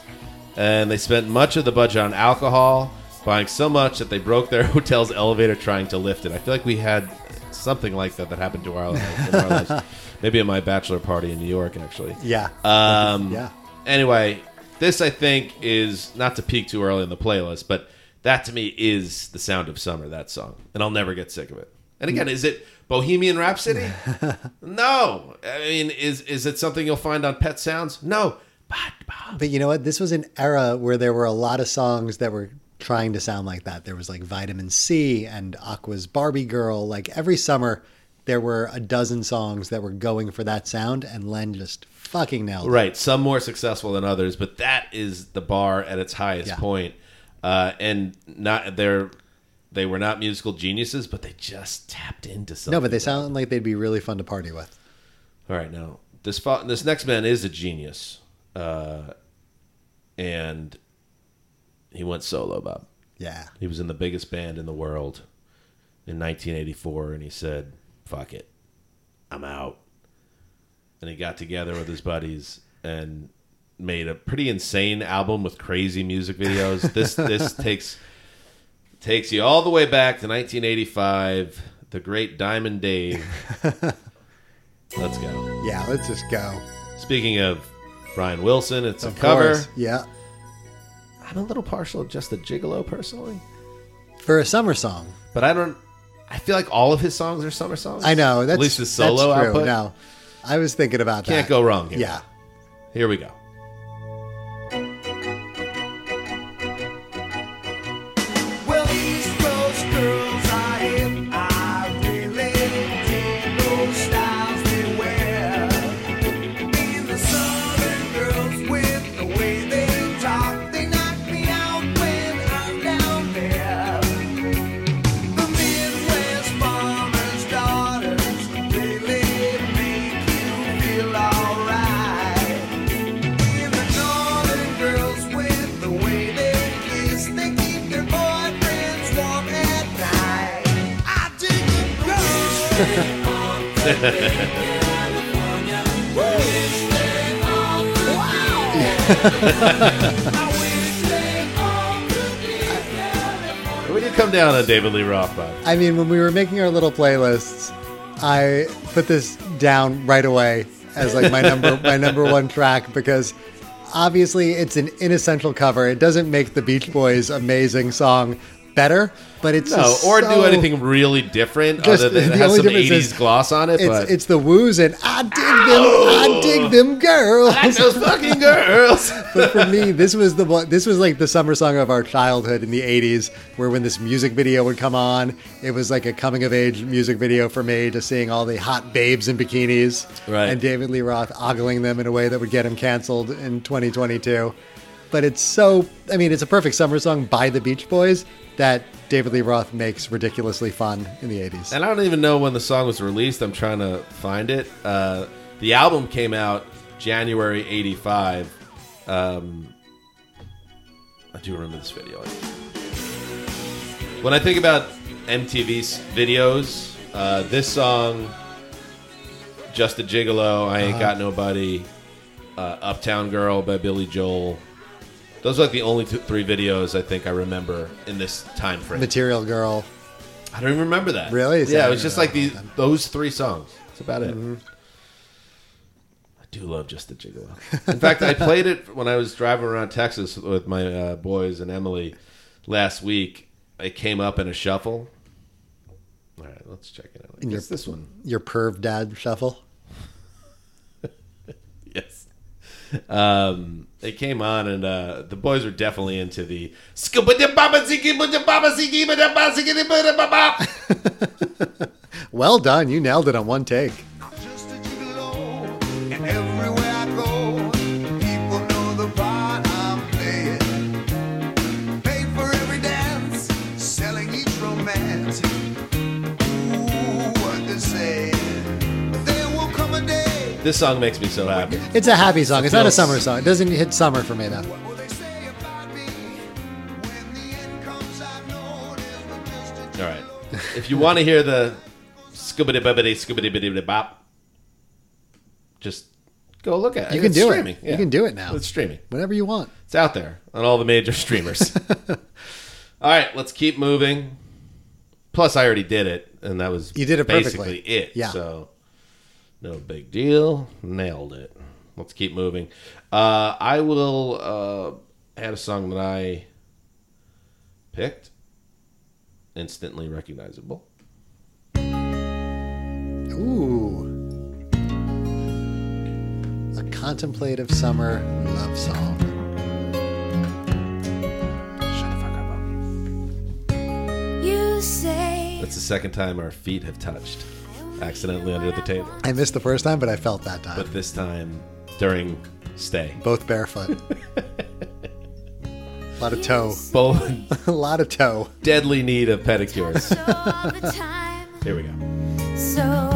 Speaker 2: and they spent much of the budget on alcohol, buying so much that they broke their <laughs> hotel's elevator trying to lift it. I feel like we had something like that that happened to our, in
Speaker 3: <laughs>
Speaker 2: our lives. Maybe at my bachelor party in New York, actually.
Speaker 3: yeah,
Speaker 2: Um,
Speaker 3: yeah.
Speaker 2: Anyway, this I think is not to peak too early in the playlist, but that to me is the sound of summer. That song, and I'll never get sick of it. And again, is it Bohemian Rhapsody? no. I mean, is is it something you'll find on Pet Sounds? No. But-
Speaker 3: But you know what? This was an era where there were a lot of songs that were trying to sound like that. There was like Vitamin C and Aqua's Barbie Girl. Like every summer, there were a dozen songs that were going for that sound, and Len just fucking nailed it.
Speaker 2: Right. Some more successful than others, but that is the bar at its highest
Speaker 3: Yeah.
Speaker 2: point. Uh, and not they're they were not musical geniuses, but they just tapped into something.
Speaker 3: No, but they sound like they'd be really fun to party with.
Speaker 2: All right, now this fa- this next man is a genius, uh, and he went solo. Bob.
Speaker 3: Yeah.
Speaker 2: He was in the biggest band in the world in 1984, and he said, "Fuck it, I'm out." And he got together with his buddies and made a pretty insane album with crazy music videos. This this takes takes you all the way back to 1985, the Great Diamond Dave. Let's go.
Speaker 3: Yeah, let's just go.
Speaker 2: Speaking of Brian Wilson, it's
Speaker 3: Of
Speaker 2: a cover.
Speaker 3: course. Yeah.
Speaker 2: I'm a little partial to just the gigolo personally,
Speaker 3: For a summer song.
Speaker 2: but I don't. I feel like all of his songs are summer songs.
Speaker 3: I know. That's,
Speaker 2: at least his solo
Speaker 3: that's true.
Speaker 2: output.
Speaker 3: No. I was thinking about that.
Speaker 2: Can't go wrong here.
Speaker 3: Yeah.
Speaker 2: Here we go.
Speaker 5: Well, East Coast girls are hip. I really dig those styles they wear. Being the Southern girls with the way they talk, they knock me out when I'm down there. The Midwest farmers' daughters really make you feel alright. In the northern girls with the way they kiss, they keep their boyfriends warm at night. I dig the
Speaker 2: Where did you come down on David Lee Roth, Bob?
Speaker 3: I mean, when we were making our little playlists, I put this down right away as like my number
Speaker 2: <laughs>
Speaker 3: my number one track because obviously it's an inessential cover. It doesn't make the Beach Boys amazing song better, but it's
Speaker 2: No,
Speaker 3: just
Speaker 2: Oh, or do
Speaker 3: so-
Speaker 2: anything really different
Speaker 3: Just-
Speaker 2: other than
Speaker 3: the
Speaker 2: it has
Speaker 3: only
Speaker 2: some 80s
Speaker 3: difference is
Speaker 2: gloss on it.
Speaker 3: It's
Speaker 2: but Oh.
Speaker 3: it's the woos and I dig them, I dig them girls.
Speaker 2: those fucking girls.
Speaker 3: but for me, this was the one. This was like the summer song of our childhood in the '80s, where when this music video would come on, it was like a coming of age music video for me, just seeing all the hot babes in bikinis,
Speaker 2: Right.
Speaker 3: and David Lee Roth ogling them in a way that would get him canceled in 2022. But it's so. I mean, it's a perfect summer song by the Beach Boys that David Lee Roth makes ridiculously fun in the '80s.
Speaker 2: and I don't even know when the song was released. I'm trying to find it. Uh, the album came out January '85. Um, I do remember this video. When I think about MTV's videos, uh, this song, "Just a Gigolo," "I Ain't Got Nobody," uh, "Uptown Girl" by Billy Joel. Those are like the only two, three videos I think I remember in this time frame.
Speaker 3: Material Girl.
Speaker 2: I don't even remember that.
Speaker 3: Really? Mm-hmm. Is
Speaker 2: yeah,
Speaker 3: that-
Speaker 2: it was just like these those three songs. That's about it. I do love just the gigolo. In fact, I played it when I was driving around Texas with my uh, boys and Emily last week. It came up in a shuffle. All right, let's check it out. I
Speaker 3: In your-
Speaker 2: guess this one.
Speaker 3: Your perv dad shuffle.
Speaker 2: <laughs> Yes. Um, it came on, and uh, the boys were definitely into the "Scoop-a-dip-bop-a-ziki-bop-a-ziki-bop-a-ziki-bop-a-bop-bop."
Speaker 3: Well done. You nailed it on one take.
Speaker 5: Just a gigolo, and everywhere I go, people know the part I'm playing. Pay for every dance, selling each romance. Ooh, what they say. But there will come a day.
Speaker 2: This song makes me so happy.
Speaker 3: It's a happy song. It's not a
Speaker 2: feels-
Speaker 3: summer song. It doesn't hit summer for me though.
Speaker 5: What will they say about me? When the end comes, I know there's no just a
Speaker 2: All right. If you want to hear the scoobity bibbity scoobity bibbity bop, just go look at it.
Speaker 3: You can
Speaker 2: It's
Speaker 3: do
Speaker 2: streaming.
Speaker 3: it. You can do it now.
Speaker 2: It's streaming.
Speaker 3: Whatever you want.
Speaker 2: It's out there on all the major
Speaker 3: <laughs>
Speaker 2: streamers. all right, let's keep moving. Plus, I already did it, and that was
Speaker 3: You did it
Speaker 2: basically
Speaker 3: perfectly.
Speaker 2: it.
Speaker 3: Yeah.
Speaker 2: So, no big deal. Nailed it. Let's keep moving. Uh, I will uh, add a song that I picked, instantly recognizable.
Speaker 3: Ooh. A contemplative summer love song.
Speaker 7: You say
Speaker 2: That's the second time our feet have touched.
Speaker 7: I
Speaker 2: accidentally under the table.
Speaker 3: I missed the first time, but I felt that time.
Speaker 2: But this time during stay.
Speaker 3: Both barefoot. a lot of toe. <laughs>
Speaker 2: Both
Speaker 3: a lot of toe.
Speaker 2: deadly need of pedicures.
Speaker 7: all the time.
Speaker 2: Here we go.
Speaker 7: So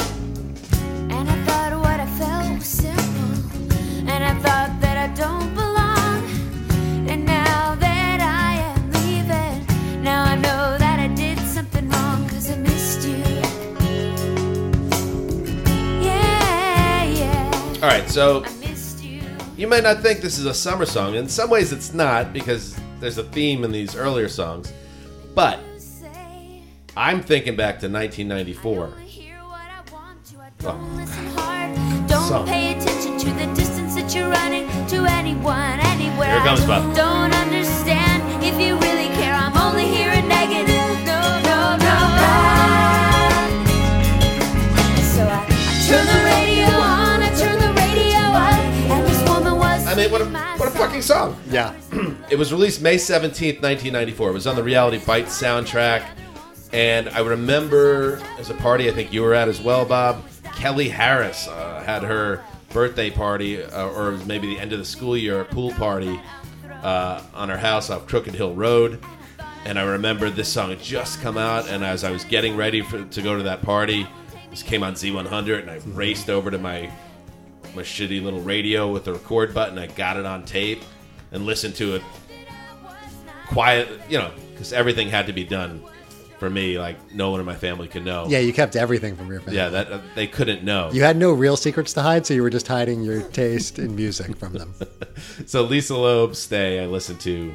Speaker 7: And I thought what I felt was simple And I thought that I don't belong And now that I am leaving Now I know that I did something wrong Cause I missed you Yeah, yeah
Speaker 2: All right, so
Speaker 7: I missed you
Speaker 2: you may not think this is a summer song. In some ways, it's not because there's a theme in these earlier songs. But
Speaker 7: say
Speaker 2: I'm thinking back to 1994. So.
Speaker 7: Don't pay attention to the distance that you're running to anyone, anywhere.
Speaker 2: Here comes Bob.
Speaker 7: Don't understand if you really care. I'm only here in negative. No, no, no. So I, I turn the radio on, I turn the radio up, and this woman was.
Speaker 2: I mean, what a what a fucking song!
Speaker 3: Yeah.
Speaker 2: It was released May 17th, 1994. It was on the Reality Bites soundtrack. And I remember as a party, I think you were at as well, Bob, Kelly Harris uh, had her birthday party, uh, or it was maybe the end of the school year, a pool party uh, on her house off Crooked Hill Road. And I remember this song had just come out, and as I was getting ready for, to go to that party, this came on Z100, and I raced over to my my shitty little radio with the record button. I got it on tape and listened to it quiet, you know, because everything had to be done for me. Like no one in my family could know.
Speaker 3: Yeah, you kept everything from your family.
Speaker 2: yeah, that uh, they couldn't know.
Speaker 3: You had no real secrets to hide, so you were just hiding your taste in music from them.
Speaker 2: So Lisa Loeb's "Stay" I listened to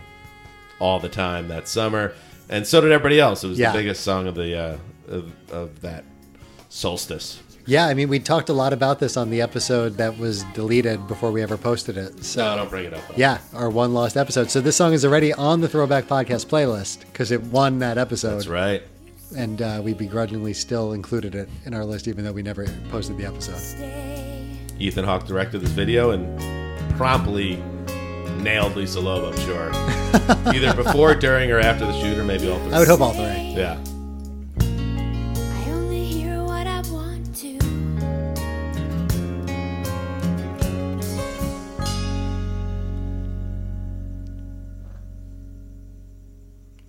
Speaker 2: all the time that summer, and so did everybody else. It was
Speaker 3: Yeah.
Speaker 2: the biggest song of the uh, of, of that solstice.
Speaker 3: Yeah, I mean, we talked a lot about this on the episode that was deleted before we ever posted it. So,
Speaker 2: No, don't bring it up. though.
Speaker 3: yeah, our one lost episode. So, this song is already on the Throwback Podcast playlist because it won that episode.
Speaker 2: that's right.
Speaker 3: And uh, we begrudgingly still included it in our list, even though we never posted the episode.
Speaker 2: Ethan Hawke directed this video and promptly nailed Lisa Loeb. I'm
Speaker 3: <laughs>
Speaker 2: sure, either before, during, or after the shoot, or maybe all three.
Speaker 3: I would hope all three.
Speaker 2: Yeah.
Speaker 7: I only hear what I want to.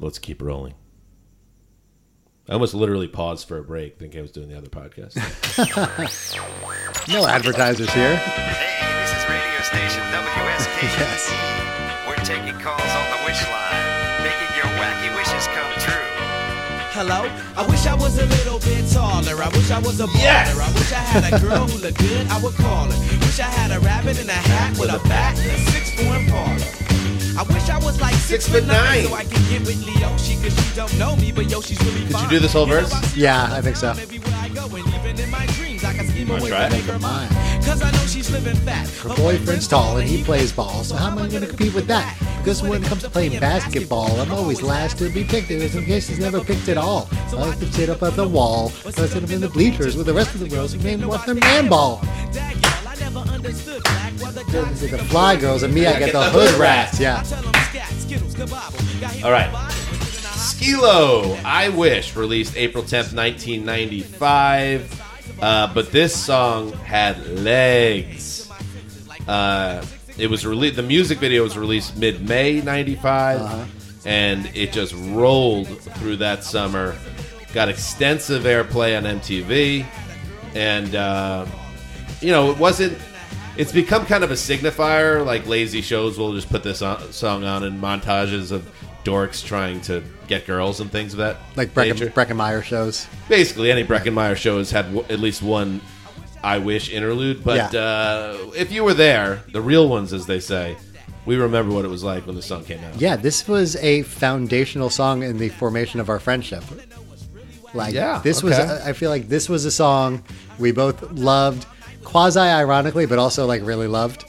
Speaker 2: Let's keep rolling. I almost literally paused for a break, thinking I was doing the other podcast.
Speaker 3: No advertisers here.
Speaker 8: Hey, this is radio station WSK.
Speaker 3: Yes.
Speaker 8: We're taking calls on the wish line, making your wacky wishes come true.
Speaker 5: Hello? I wish I was a little bit taller. I wish I was a baller.
Speaker 2: Yes.
Speaker 5: I wish I had a girl who looked good. I would call her. Wish I had a rabbit in a hat with a bat and a six foot parlor. I wish I was like six, foot nine, so I could get with Leoshi because she don't know me, but yo, she's <laughs> really Did fine.
Speaker 2: do this whole verse?
Speaker 5: I see
Speaker 3: Yeah,
Speaker 5: her all
Speaker 3: I
Speaker 5: the
Speaker 3: think so.
Speaker 5: time, everywhere I go, and even in my dreams, I can scheme
Speaker 2: Wanna
Speaker 5: away
Speaker 2: try
Speaker 5: to
Speaker 2: it?
Speaker 5: make her mine. Cause I know she's living fat.
Speaker 3: Her boyfriend's tall and he plays ball, so how am I going to compete with that? Because when it comes to playing basketball, I'm always last to be picked, and in case he's never picked at all. I like to sit up at the wall, I sit up in the bleachers with the rest of the girls who can't watch their man ball.
Speaker 5: Dag, y'all, I never understood black, why the guys
Speaker 3: These are the
Speaker 5: think I'm
Speaker 3: fly girls, and me, I get the hood rats. Yeah.
Speaker 2: All
Speaker 5: all
Speaker 2: right.
Speaker 5: right.
Speaker 2: Skilo, I Wish, released April 10th, 1995. Uh, but this song had legs. Uh, it was released. The music video was released mid-May '95, and it just rolled through that summer. Got extensive airplay on MTV, and uh, you know it wasn't. It's become kind of a signifier. Like lazy shows will just put this on, song on in montages of dorks trying to get girls and things of that
Speaker 3: Like
Speaker 2: nature.
Speaker 3: Brecken, Breckenmeyer shows.
Speaker 2: Basically, any Breckenmeyer show has had w- at least one I Wish interlude. But
Speaker 3: Yeah.
Speaker 2: uh, if you were there, the real ones, as they say, we remember what it was like when the song came out.
Speaker 3: Yeah, this was a foundational song in the formation of our friendship. Like
Speaker 2: Yeah,
Speaker 3: this was
Speaker 2: okay.
Speaker 3: I feel like this was a song we both loved, quasi ironically, but also like really loved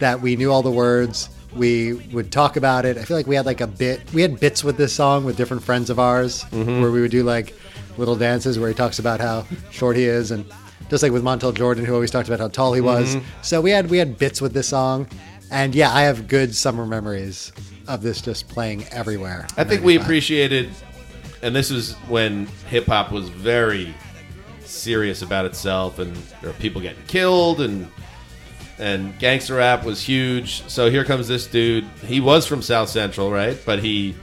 Speaker 3: that we knew all the words. We would talk about it. I feel like we had like a bit we had bits with this song with different friends of ours where we would do like little dances where he talks about how short he is and just like with Montel Jordan who always talked about how tall he was. So we had we had bits with this song. And yeah, I have good summer memories of this just playing everywhere.
Speaker 2: I think we appreciated and this was when hip hop was very serious about itself, and there were people getting killed, and and gangster rap was huge. So here comes this dude. He was from South Central, right? But he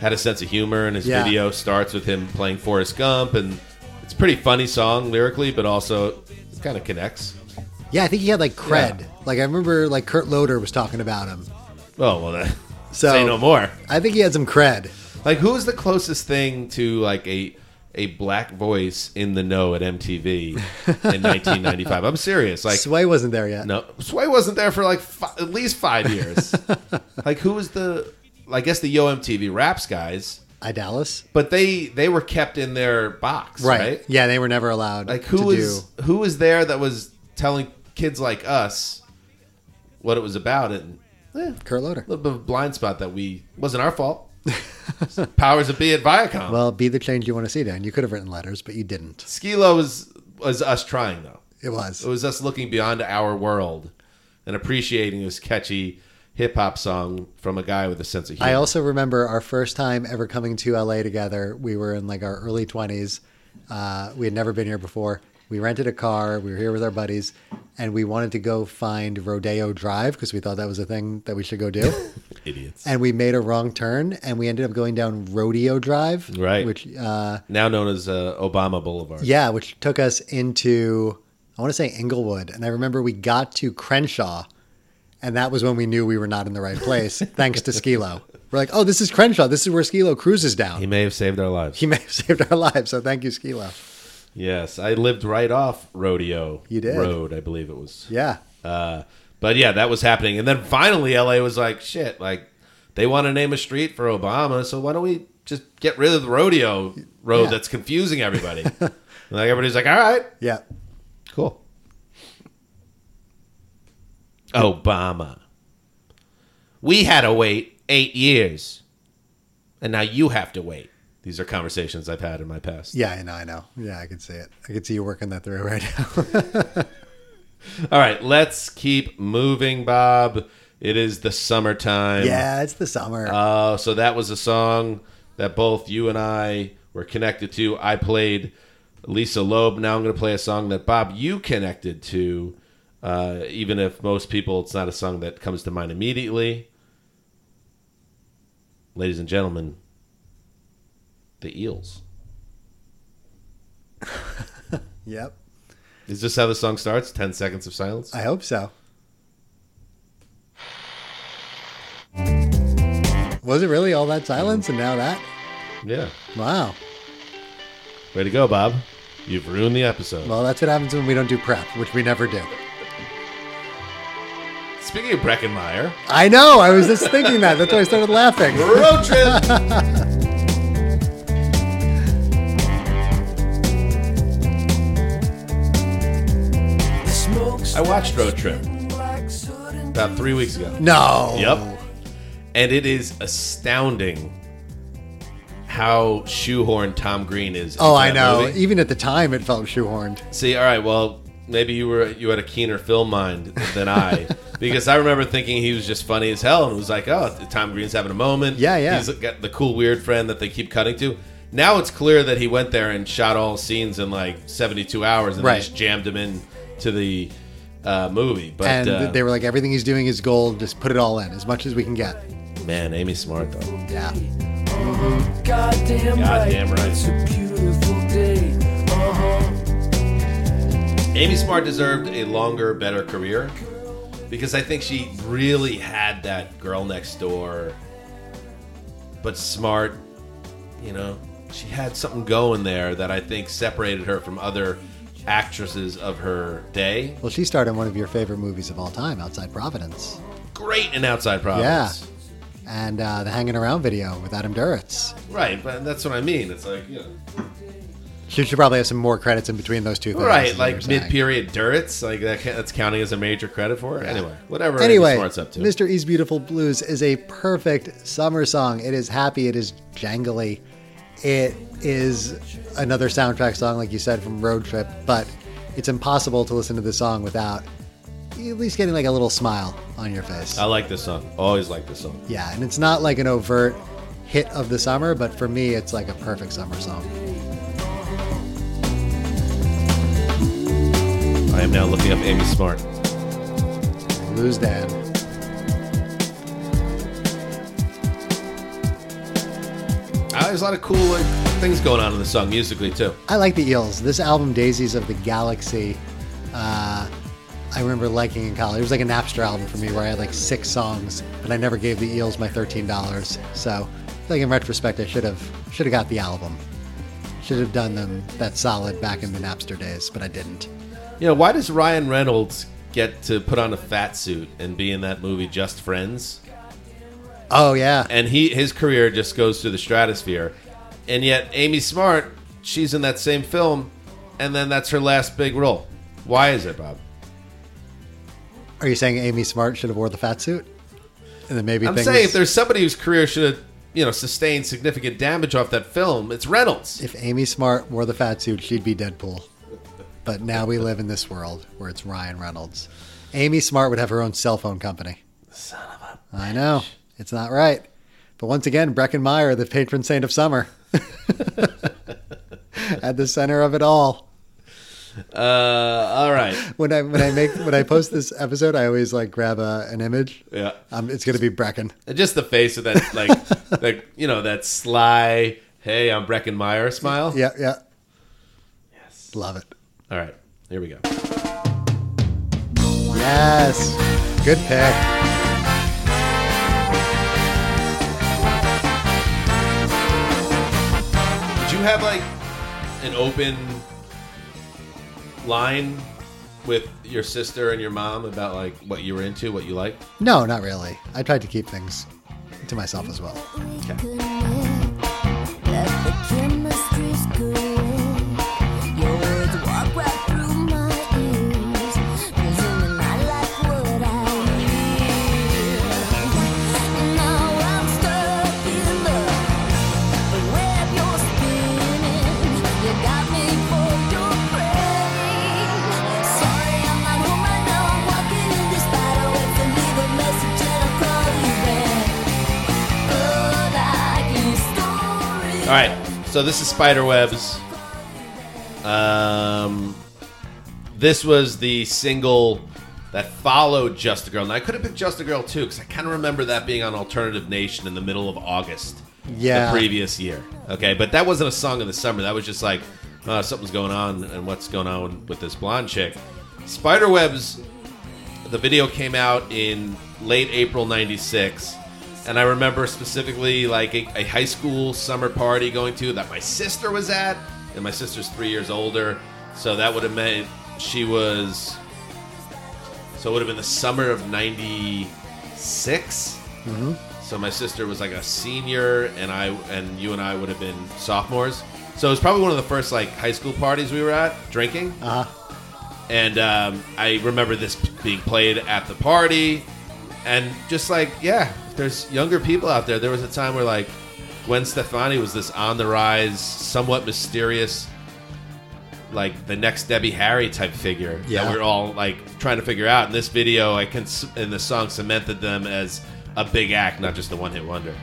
Speaker 2: had a sense of humor, and his
Speaker 3: Yeah.
Speaker 2: video starts with him playing Forrest Gump, and it's a pretty funny song lyrically, but also it kind of connects.
Speaker 3: Yeah, I think he had like cred.
Speaker 2: Yeah.
Speaker 3: Like I remember like Kurt Loder was talking about him.
Speaker 2: Oh well, that, <laughs>
Speaker 3: So-
Speaker 2: say no more.
Speaker 3: I think he had some cred.
Speaker 2: Like who's the closest thing to like a a black voice in the know at MTV in
Speaker 3: <laughs>
Speaker 2: 1995? I'm serious. Like
Speaker 3: Sway wasn't there yet.
Speaker 2: no, Sway wasn't there for like fi- at least five
Speaker 3: <laughs>
Speaker 2: years. like who was the? I guess the Yo MTV Raps guys,
Speaker 3: I Dallas.
Speaker 2: but they they were kept in their box, right?
Speaker 3: Right. Yeah, they were never allowed.
Speaker 2: Like
Speaker 3: to
Speaker 2: who was
Speaker 3: do.
Speaker 2: who was there that was telling kids like us what it was about and. eh,
Speaker 3: Kurt Loder?
Speaker 2: a little bit of a blind spot that we wasn't our
Speaker 3: <laughs>
Speaker 2: fault. Powers that be at Viacom.
Speaker 3: Well, be the change you want to see, Dan. You could have written letters, but you didn't.
Speaker 2: Skilo was was us trying though.
Speaker 3: It was.
Speaker 2: It was us looking beyond our world and appreciating this catchy hip hop song from a guy with a sense of humor.
Speaker 3: I also remember our first time ever coming to LA together. We were in like our early 20s. Uh, we had never been here before. We rented a car. We were here with our buddies and we wanted to go find Rodeo Drive because we thought that was a thing that we should
Speaker 2: <laughs>
Speaker 3: go do.
Speaker 2: Idiots.
Speaker 3: and we made a wrong turn and we ended up going down Rodeo Drive.
Speaker 2: Right.
Speaker 3: Which, uh,
Speaker 2: now known as uh, Obama Boulevard.
Speaker 3: yeah, which took us into, I want to say Inglewood. And I remember we got to Crenshaw and that was when we knew we were not in the right place, thanks to Skilo. We're like, oh, this is Crenshaw. This is where Skilo cruises down.
Speaker 2: He may have saved our lives.
Speaker 3: He may have <laughs> saved our lives. So thank you, Skilo.
Speaker 2: yes, I lived right off Rodeo
Speaker 3: You did.
Speaker 2: Road, I believe it was.
Speaker 3: Yeah.
Speaker 2: Uh, but yeah, that was happening. And then finally, LA was like, shit, like they want to name a street for Obama, so why don't we just get rid of the rodeo road
Speaker 3: Yeah.
Speaker 2: that's confusing
Speaker 3: <laughs>
Speaker 2: everybody? And, like everybody's like, all right,
Speaker 3: Yeah.
Speaker 2: cool. Obama. We had to wait eight years, and now you have to wait. These are conversations I've had in my past.
Speaker 3: Yeah, I know. I know. Yeah, I can see it. I can see you working that through <laughs> right now.
Speaker 2: All right, let's keep moving, Bob. It is the summertime.
Speaker 3: yeah, it's the summer.
Speaker 2: Uh, so that was a song that both you and I were connected to. I played Lisa Loeb. Now I'm going to play a song that Bob you connected to. Uh, even if most people, it's not a song that comes to mind immediately. Ladies and gentlemen, the Eels.
Speaker 3: yep.
Speaker 2: Is this how the song starts? Ten seconds of silence.
Speaker 3: I hope so. Was it really all that silence and now that?
Speaker 2: yeah,
Speaker 3: Wow.
Speaker 2: way to go, Bob. You've ruined the episode.
Speaker 3: Well, that's what happens when we don't do prep, which we never do.
Speaker 2: Speaking of Breckenmeyer,
Speaker 3: I know. I was just thinking that. That's why I
Speaker 2: <laughs>
Speaker 3: started laughing.
Speaker 2: road trip. I watched Road Trip about three weeks ago.
Speaker 3: No.
Speaker 2: Yep. And it is astounding how shoehorned Tom Green is. into
Speaker 3: Oh, I
Speaker 2: that
Speaker 3: know.
Speaker 2: movie.
Speaker 3: Even at the time, it felt shoehorned.
Speaker 2: See, all right, well, maybe you were you had a keener film mind than
Speaker 3: <laughs>
Speaker 2: I, because I remember thinking he was just funny as hell and was like, oh, Tom Green's having a moment.
Speaker 3: Yeah, yeah.
Speaker 2: He's got the cool weird friend that they keep cutting to. Now it's clear that he went there and shot all scenes in like 72 hours and they
Speaker 3: Right.
Speaker 2: just jammed him in to the uh, movie. But
Speaker 3: and
Speaker 2: uh,
Speaker 3: they were like, everything he's doing is gold. Just put it all in, as much as we can get.
Speaker 2: man, Amy Smart though.
Speaker 3: Yeah.
Speaker 5: Goddamn
Speaker 2: Goddamn right.
Speaker 5: It's a beautiful day. Uh-huh.
Speaker 2: Amy Smart deserved a longer, better career because I think she really had that girl next door, but smart. You know, she had something going there that I think separated her from other actresses of her day.
Speaker 3: Well, she starred in one of your favorite movies of all time, Outside Providence,
Speaker 2: Great in Outside Providence.
Speaker 3: and uh, the Hanging Around video with Adam Duritz.
Speaker 2: Right, but that's what I mean. It's like, you know.
Speaker 3: She should probably have some more credits in between those two. Things,
Speaker 2: Right,
Speaker 3: is what you're
Speaker 2: like
Speaker 3: saying.
Speaker 2: mid period Duritz, like that, ca- that's counting as a major credit for her. Anyway, whatever
Speaker 3: Anyway,
Speaker 2: Amy Smart's up to.
Speaker 3: Mr. E's Beautiful Blues is a perfect summer song. It is happy. It is jangly. It is another soundtrack song, like you said, from Road Trip. But it's impossible to listen to the song without at least getting like a little smile on your face.
Speaker 2: Oh. I like this song. Always like this song.
Speaker 3: Yeah, and it's not like an overt hit of the summer, but for me, it's like a perfect summer song.
Speaker 2: I am now looking up Amy Smart.
Speaker 3: Lose Dad.
Speaker 2: Uh, there's a lot of cool like, things going on in the song musically too.
Speaker 3: I like the Eels. This album, Daisies of the Galaxy, uh, I remember liking in college. It was like a Napster album for me where I had like six songs, but I never gave the Eels my thirteen dollars. So, like in retrospect, I should have should have got the album. Should have done them that solid back in the Napster days, but I didn't.
Speaker 2: You know, why does Ryan Reynolds get to put on a fat suit and be in that movie Just Friends?
Speaker 3: Oh yeah,
Speaker 2: And he his career just goes to the stratosphere. And yet Amy Smart, she's in that same film, and then that's her last big role. Why is it, Bob?
Speaker 3: are you saying Amy Smart should have wore the fat suit? And then maybe
Speaker 2: I'm
Speaker 3: things,
Speaker 2: saying if there's somebody whose career should have, you know, sustained significant damage off that film, it's Reynolds.
Speaker 3: if Amy Smart wore the fat suit, she'd be Deadpool. But now we live in this world where it's Ryan Reynolds. Amy Smart would have her own cell phone company. Son of a. I know. It's not right. But once again, Breckenmeyer, the patron saint of summer, <laughs> at the center of it all.
Speaker 2: Uh, all <laughs> right.
Speaker 3: When I when I make when I post this episode, I always like grab a, an image.
Speaker 2: Yeah.
Speaker 3: Um, it's gonna be Brecken.
Speaker 2: And just the face of that, like, <laughs> like you know, that sly, hey, I'm Breckenmeyer smile.
Speaker 3: Yeah, yeah. Yes. Love it.
Speaker 2: All right. Here we go.
Speaker 3: Yes. Good pick.
Speaker 2: Did you have like an open line with your sister and your mom about like what you were into, what you liked?
Speaker 3: No, not really. I tried to keep things to myself as well.
Speaker 7: Message and I'll call you back. Oh, like your story.
Speaker 2: All right. So this is Spiderwebs. Um, this was the single that followed Just a Girl. Now I could have picked Just a Girl too because I kind of remember that being on Alternative Nation in the middle of August.
Speaker 3: Yeah.
Speaker 2: The previous year. Okay, but that wasn't a song of the summer. That was just like uh, something's going on and what's going on with this blonde chick. Spiderwebs. The video came out in late April '96, and I remember specifically like a, a high school summer party going to that my sister was at, and my sister's three years older, so that would have meant she was. So it would have been the summer of '96. So my sister was like a senior, and I and you and I would have been sophomores. So it was probably one of the first like high school parties we were at drinking. Uh-huh. And um, I remember this p- being played at the party, and just like yeah, if there's younger people out there. There was a time where like Gwen Stefani was this on the rise, somewhat mysterious, like the next Debbie Harry type figure
Speaker 3: Yeah.
Speaker 2: that we're all like trying to figure out. And this video, I can in the song cemented them as a big act, not just a one hit wonder.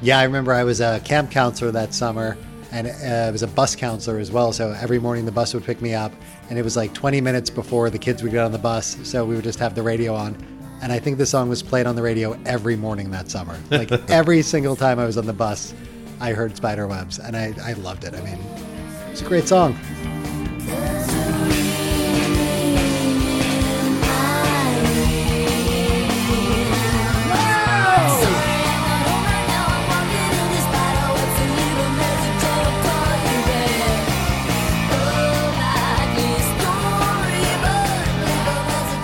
Speaker 3: Yeah, I remember I was a camp counselor that summer, and uh, I was a bus counselor as well. So every morning the bus would pick me up, and it was like 20 minutes before the kids would get on the bus. So we would just have the radio on. And I think the song was played on the radio every morning that summer. Like every single time I was on the bus, I heard Spiderwebs, and I, I loved it. I mean, it's a great song.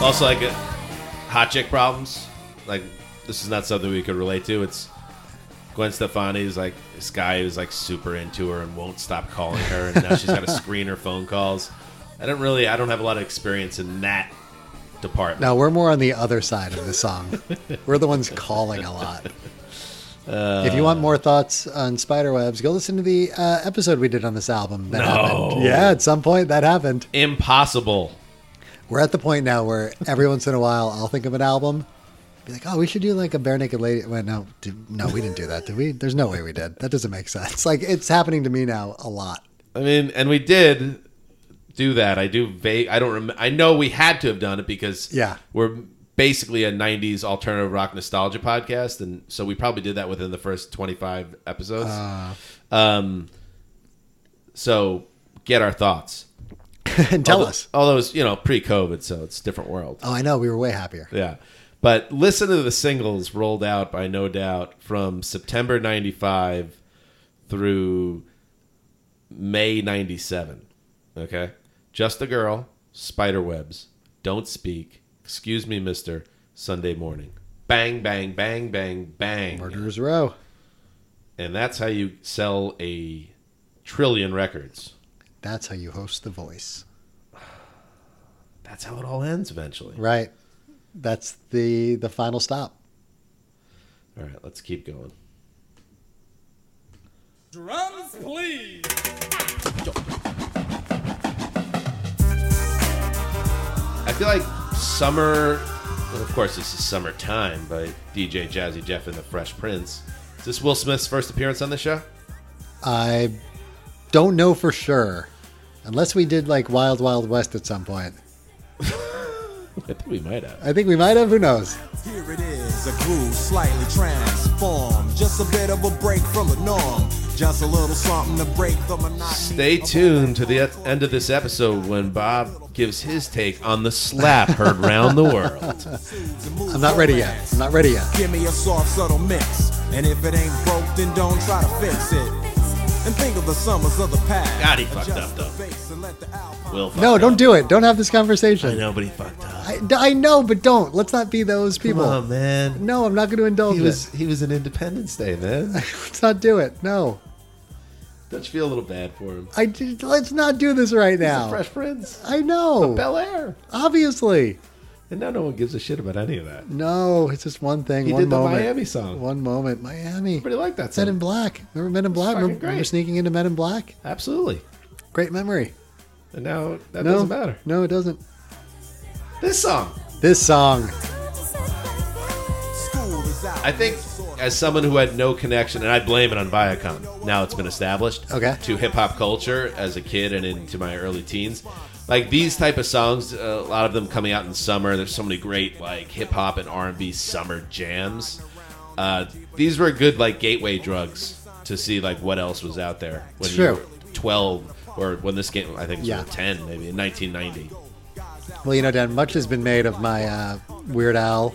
Speaker 2: Also, like uh, hot chick problems. Like this is not something we could relate to. It's Gwen Stefani is like this guy who's like super into her and won't stop calling her, and now she's got to screen her phone calls. I don't really, I don't have a lot of experience in that department.
Speaker 3: No, we're more on the other side of the song. we're the ones calling a lot. if you want more thoughts on Spiderwebs, go listen to the uh, episode we did on this album. That happened. Yeah, at some point that happened.
Speaker 2: Impossible.
Speaker 3: We're at the point now where every once in a while I'll think of an album Be like, oh, we should do like a bare naked lady. Well, no, did, no, we didn't do that, did we? There's no way we did. That doesn't make sense. Like it's happening to me now a lot. <laughs>
Speaker 2: I mean, and we did do that. I do vague. I don't. Rem- I know we had to have done it because
Speaker 3: Yeah.
Speaker 2: we're basically a '90s alternative rock nostalgia podcast, and so we probably did that within the first 25 episodes.
Speaker 3: Uh.
Speaker 2: um, so get our thoughts.
Speaker 3: and tell
Speaker 2: Although-
Speaker 3: us.
Speaker 2: Although it's you know pre-COVID, so it's a different world.
Speaker 3: Oh, I know. We were way happier.
Speaker 2: Yeah. But listen to the singles rolled out by No Doubt from September 95 through May 97. Okay? Just a Girl, Spiderwebs, Don't Speak, Excuse Me, Mister, Sunday Morning. Bang, bang, bang, bang, bang.
Speaker 3: Murderers Row.
Speaker 2: And that's how you sell a trillion records.
Speaker 3: That's how you host The Voice.
Speaker 2: That's how it all ends eventually.
Speaker 3: Right. That's the the final stop.
Speaker 2: All right, let's keep going.
Speaker 9: Drums, please.
Speaker 2: I feel like summer. Well, of course, this is "Summertime" by DJ Jazzy Jeff and the Fresh Prince. Is this Will Smith's first appearance on the show?
Speaker 3: I don't know for sure, unless we did like Wild Wild West at some point.
Speaker 2: <laughs> I think we might have.
Speaker 3: I think we might have. Who knows?
Speaker 9: Here it is, a groove slightly transformed. Just a bit of a break from the norm. Just a little something to break the monotony.
Speaker 2: Stay tuned to the e- end of this episode when Bob gives his take on the slap heard round the <laughs> world.
Speaker 3: I'm not ready yet. I'm not ready yet.
Speaker 9: Give me a soft, subtle mix. And if it ain't broke, then don't try to fix it. And think of the summers of the past.
Speaker 2: God, he fucked up, though.
Speaker 9: though.
Speaker 2: Will, fucked
Speaker 3: No,
Speaker 2: up.
Speaker 3: don't do it. Don't have this conversation.
Speaker 2: I know, but he fucked up.
Speaker 3: I, I know, but don't. Let's not be those people.
Speaker 2: Come on, man.
Speaker 3: No, I'm not going to indulge
Speaker 2: He was
Speaker 3: it.
Speaker 2: he was an Independence Day man.
Speaker 3: <laughs> Let's not do it. No,
Speaker 2: <laughs> Don't you feel a little bad for him?
Speaker 3: I did- let's not do this right
Speaker 2: He's a
Speaker 3: now.
Speaker 2: Fresh Prince,
Speaker 3: I know.
Speaker 2: Bel Air,
Speaker 3: Obviously,
Speaker 2: and now no one gives a shit about any of that.
Speaker 3: no. It's just one thing.
Speaker 2: He
Speaker 3: one
Speaker 2: did the
Speaker 3: moment.
Speaker 2: Miami song.
Speaker 3: One moment. Miami.
Speaker 2: Everybody liked that
Speaker 3: Men in
Speaker 2: song.
Speaker 3: Black. Remember Men in Black?
Speaker 2: fucking
Speaker 3: Remember, remember
Speaker 2: great.
Speaker 3: sneaking into Men in Black?
Speaker 2: Absolutely.
Speaker 3: Great memory.
Speaker 2: And now that
Speaker 3: no,
Speaker 2: doesn't matter.
Speaker 3: No, it doesn't.
Speaker 2: This song.
Speaker 3: This song.
Speaker 2: I think as someone who had no connection, and I blame it on Viacom. Now it's been established,
Speaker 3: Okay.
Speaker 2: to hip hop culture as a kid and into my early teens. Like these type of songs, uh, a lot of them coming out in summer. There's so many great like hip hop and R and B summer jams. Uh, these were good like gateway drugs to see like what else was out there when you
Speaker 3: True.
Speaker 2: were 12 or when this game I think it was
Speaker 3: Yeah.
Speaker 2: 10 maybe in 1990.
Speaker 3: Well, you know, Dan, much has been made of my uh, Weird Al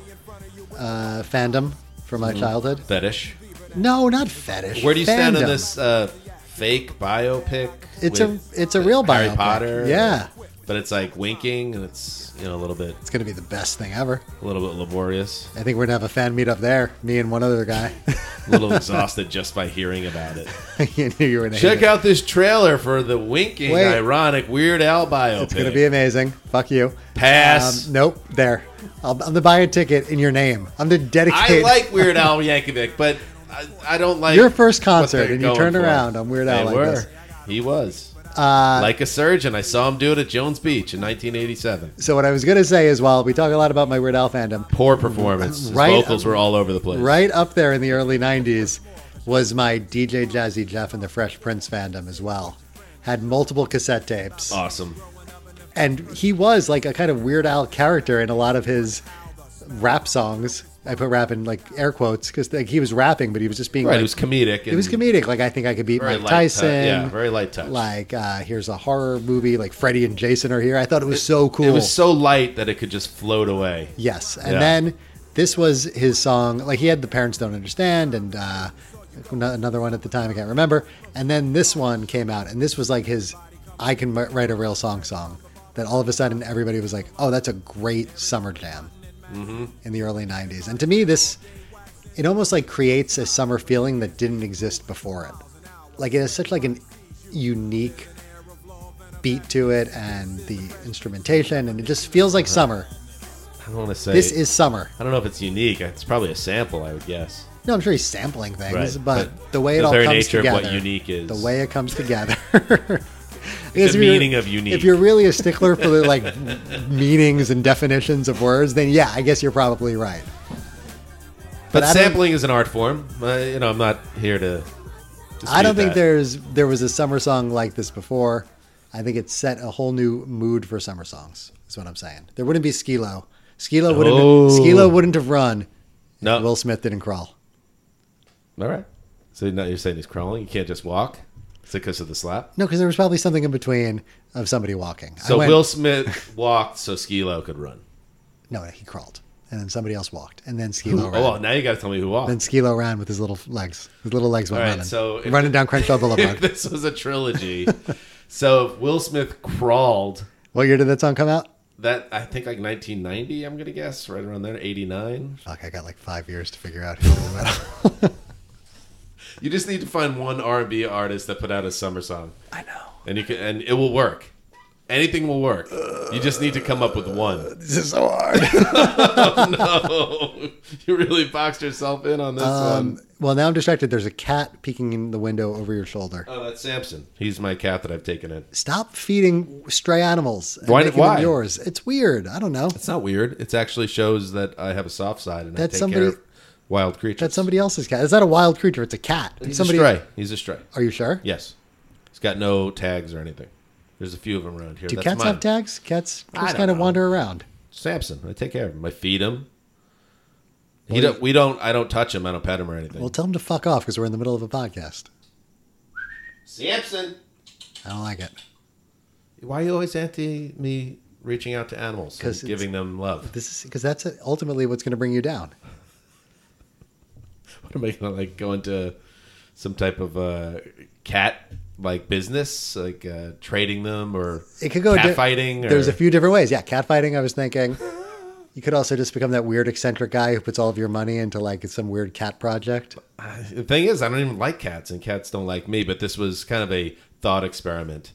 Speaker 3: uh, fandom from my childhood.
Speaker 2: Fetish.
Speaker 3: No, not fetish.
Speaker 2: Mm-hmm. Where do you stand on
Speaker 3: Fandom.
Speaker 2: this uh, fake biopic?
Speaker 3: It's a-
Speaker 2: with
Speaker 3: it's a real
Speaker 2: Harry
Speaker 3: biopic.
Speaker 2: Potter.
Speaker 3: Yeah.
Speaker 2: but it's like winking, and it's you know a little bit
Speaker 3: It's going to be the best thing ever.
Speaker 2: a little bit laborious,
Speaker 3: I think we're going to have a fan meet up there, me and one other guy. <laughs>
Speaker 2: a little exhausted just by hearing about it.
Speaker 3: you knew you were going to
Speaker 2: Check out this trailer for the winking,
Speaker 3: Wait.
Speaker 2: ironic Weird Al biopic.
Speaker 3: It's going to be amazing. Fuck you. Um,
Speaker 2: Pass.
Speaker 3: nope. There. I'll, I'm the buy a ticket in your name. I'm the
Speaker 2: I
Speaker 3: dedicated.
Speaker 2: like Weird
Speaker 3: <laughs>
Speaker 2: Al Yankovic, but I, I don't like
Speaker 3: Your first
Speaker 2: what
Speaker 3: concert
Speaker 2: they're
Speaker 3: and you
Speaker 2: going
Speaker 3: turned
Speaker 2: for.
Speaker 3: around on Weird Al
Speaker 2: They
Speaker 3: like
Speaker 2: were.
Speaker 3: this. Uh,
Speaker 2: He was. like a surgeon, I saw him do it at Jones Beach in 1987.
Speaker 3: So what I was going to say is, while we talk a lot about my Weird Al fandom,
Speaker 2: Poor performance. His
Speaker 3: Right-
Speaker 2: vocals were all over the place.
Speaker 3: right up there in the early 90s was my DJ Jazzy Jeff and the Fresh Prince fandom as well. Had multiple cassette tapes.
Speaker 2: Awesome.
Speaker 3: And he was like a kind of Weird Al character in a lot of his rap songs. I put rap in like air quotes because like, he was rapping, but he was just being
Speaker 2: Right,
Speaker 3: like,
Speaker 2: it was comedic.
Speaker 3: it was comedic. Like I think I could beat Mike
Speaker 2: light
Speaker 3: Tyson.
Speaker 2: Touch. Yeah, very light touch.
Speaker 3: like uh, here's a horror movie. Like Freddy and Jason are here. I thought it was so cool.
Speaker 2: It was so light that it could just float away.
Speaker 3: Yes, and
Speaker 2: Yeah.
Speaker 3: then this was his song. Like he had "The Parents Don't Understand" and uh, ano- another one at the time I can't remember. And then this one came out, and this was like his "I Can M- Write a Real Song" song. That all of a sudden everybody was like, "Oh, that's a great summer jam." In the early '90s, and to me, this it almost like creates a summer feeling that didn't exist before it. Like it has such like an unique beat to it and the instrumentation and it just feels like summer
Speaker 2: I don't want to say
Speaker 3: this is summer
Speaker 2: I don't know if it's unique. It's probably a sample, I would guess.
Speaker 3: No, I'm sure he's sampling things,
Speaker 2: Right,
Speaker 3: but,
Speaker 2: but
Speaker 3: the way it
Speaker 2: the
Speaker 3: all
Speaker 2: very
Speaker 3: comes
Speaker 2: nature of
Speaker 3: together,
Speaker 2: what unique is.
Speaker 3: the way
Speaker 2: <laughs>
Speaker 3: it comes together. <laughs> Because if you're-
Speaker 2: meaning of unique.
Speaker 3: If you're really a stickler <laughs> for the like meanings and definitions of words, then yeah, I guess you're probably right.
Speaker 2: But,
Speaker 3: I don't-
Speaker 2: sampling is an art form. Uh, you know, I'm not here to.
Speaker 3: I
Speaker 2: dispute
Speaker 3: don't think
Speaker 2: that.
Speaker 3: there's there was a summer song like this before. I think it set a whole new mood for summer songs. Is what I'm saying. There wouldn't be Skilo. Skilo wouldn't.
Speaker 2: Oh.
Speaker 3: Skilo wouldn't have run. if
Speaker 2: No.
Speaker 3: Will Smith didn't crawl.
Speaker 2: All right. So now you're saying he's crawling. You can't just walk. Is it because of the slap?
Speaker 3: No, because there was probably something in between of somebody walking. I
Speaker 2: So
Speaker 3: went-
Speaker 2: Will Smith walked so Skilo could run.
Speaker 3: No, he crawled, and then somebody else walked, and
Speaker 2: <laughs>
Speaker 3: then Skilo
Speaker 2: Oh,
Speaker 3: ran.
Speaker 2: well, now you got to tell me who walked.
Speaker 3: Then Skilo ran with his little legs. His little legs went
Speaker 2: All right,
Speaker 3: running.
Speaker 2: so if-
Speaker 3: running down
Speaker 2: <laughs>
Speaker 3: Crenshaw
Speaker 2: If
Speaker 3: Boulevard.
Speaker 2: this was a trilogy, so if Will Smith crawled
Speaker 3: what year did that song come out?
Speaker 2: that I think like 1990. I'm gonna guess right around there, 89.
Speaker 3: Fuck, I got like five years to figure out who did that.
Speaker 2: <laughs> You just need to find one R&B artist that put out a summer song. I know. And you can, and it will work. Anything will work. You just need to come up with one.
Speaker 3: This is so hard.
Speaker 2: No, <laughs> you really boxed yourself in on this
Speaker 3: <laughs> Uh, Um,
Speaker 2: one.
Speaker 3: well, now I'm distracted. There's a cat peeking in the window over your shoulder.
Speaker 2: Oh, that's Samson. He's my cat that I've taken in.
Speaker 3: Stop feeding stray animals. And
Speaker 2: Why-
Speaker 3: making
Speaker 2: why?
Speaker 3: Them yours. It's weird. I don't know.
Speaker 2: It's not weird. It actually shows that I have a soft side and I
Speaker 3: That's
Speaker 2: take
Speaker 3: somebody-
Speaker 2: care of wild creatures.
Speaker 3: That's somebody else's cat. It's not a wild creature. It's a cat.
Speaker 2: He's
Speaker 3: somebody.
Speaker 2: a stray. He's a stray.
Speaker 3: Are you sure?
Speaker 2: Yes. He's got no tags or anything. There's a few of them around here.
Speaker 3: Do
Speaker 2: That's
Speaker 3: cats
Speaker 2: mine.
Speaker 3: have tags? Cats
Speaker 2: I
Speaker 3: just
Speaker 2: don't
Speaker 3: kind of
Speaker 2: know.
Speaker 3: wander around.
Speaker 2: Samson. I take care of him. I feed him. He don't, we don't. I don't touch him. I don't pet him or anything.
Speaker 3: Well, tell them to fuck off because we're in the middle of a podcast.
Speaker 2: Samson.
Speaker 3: I don't like it.
Speaker 2: Why are you always anti me reaching out to animals
Speaker 3: 'Cause
Speaker 2: and
Speaker 3: it's-
Speaker 2: giving them
Speaker 3: <laughs>
Speaker 2: love?
Speaker 3: This is because that's ultimately what's going to bring you down.
Speaker 2: What am I gonna like go into some type of uh, cat like business, like uh, trading them or
Speaker 3: It could go
Speaker 2: cat
Speaker 3: di-
Speaker 2: fighting? Or,
Speaker 3: There's a few different ways. Yeah, cat fighting. I was thinking. You could also just become that weird eccentric guy who puts all of your money into like some weird cat project.
Speaker 2: The thing is, I don't even like cats, and cats don't like me. But this was kind of a thought experiment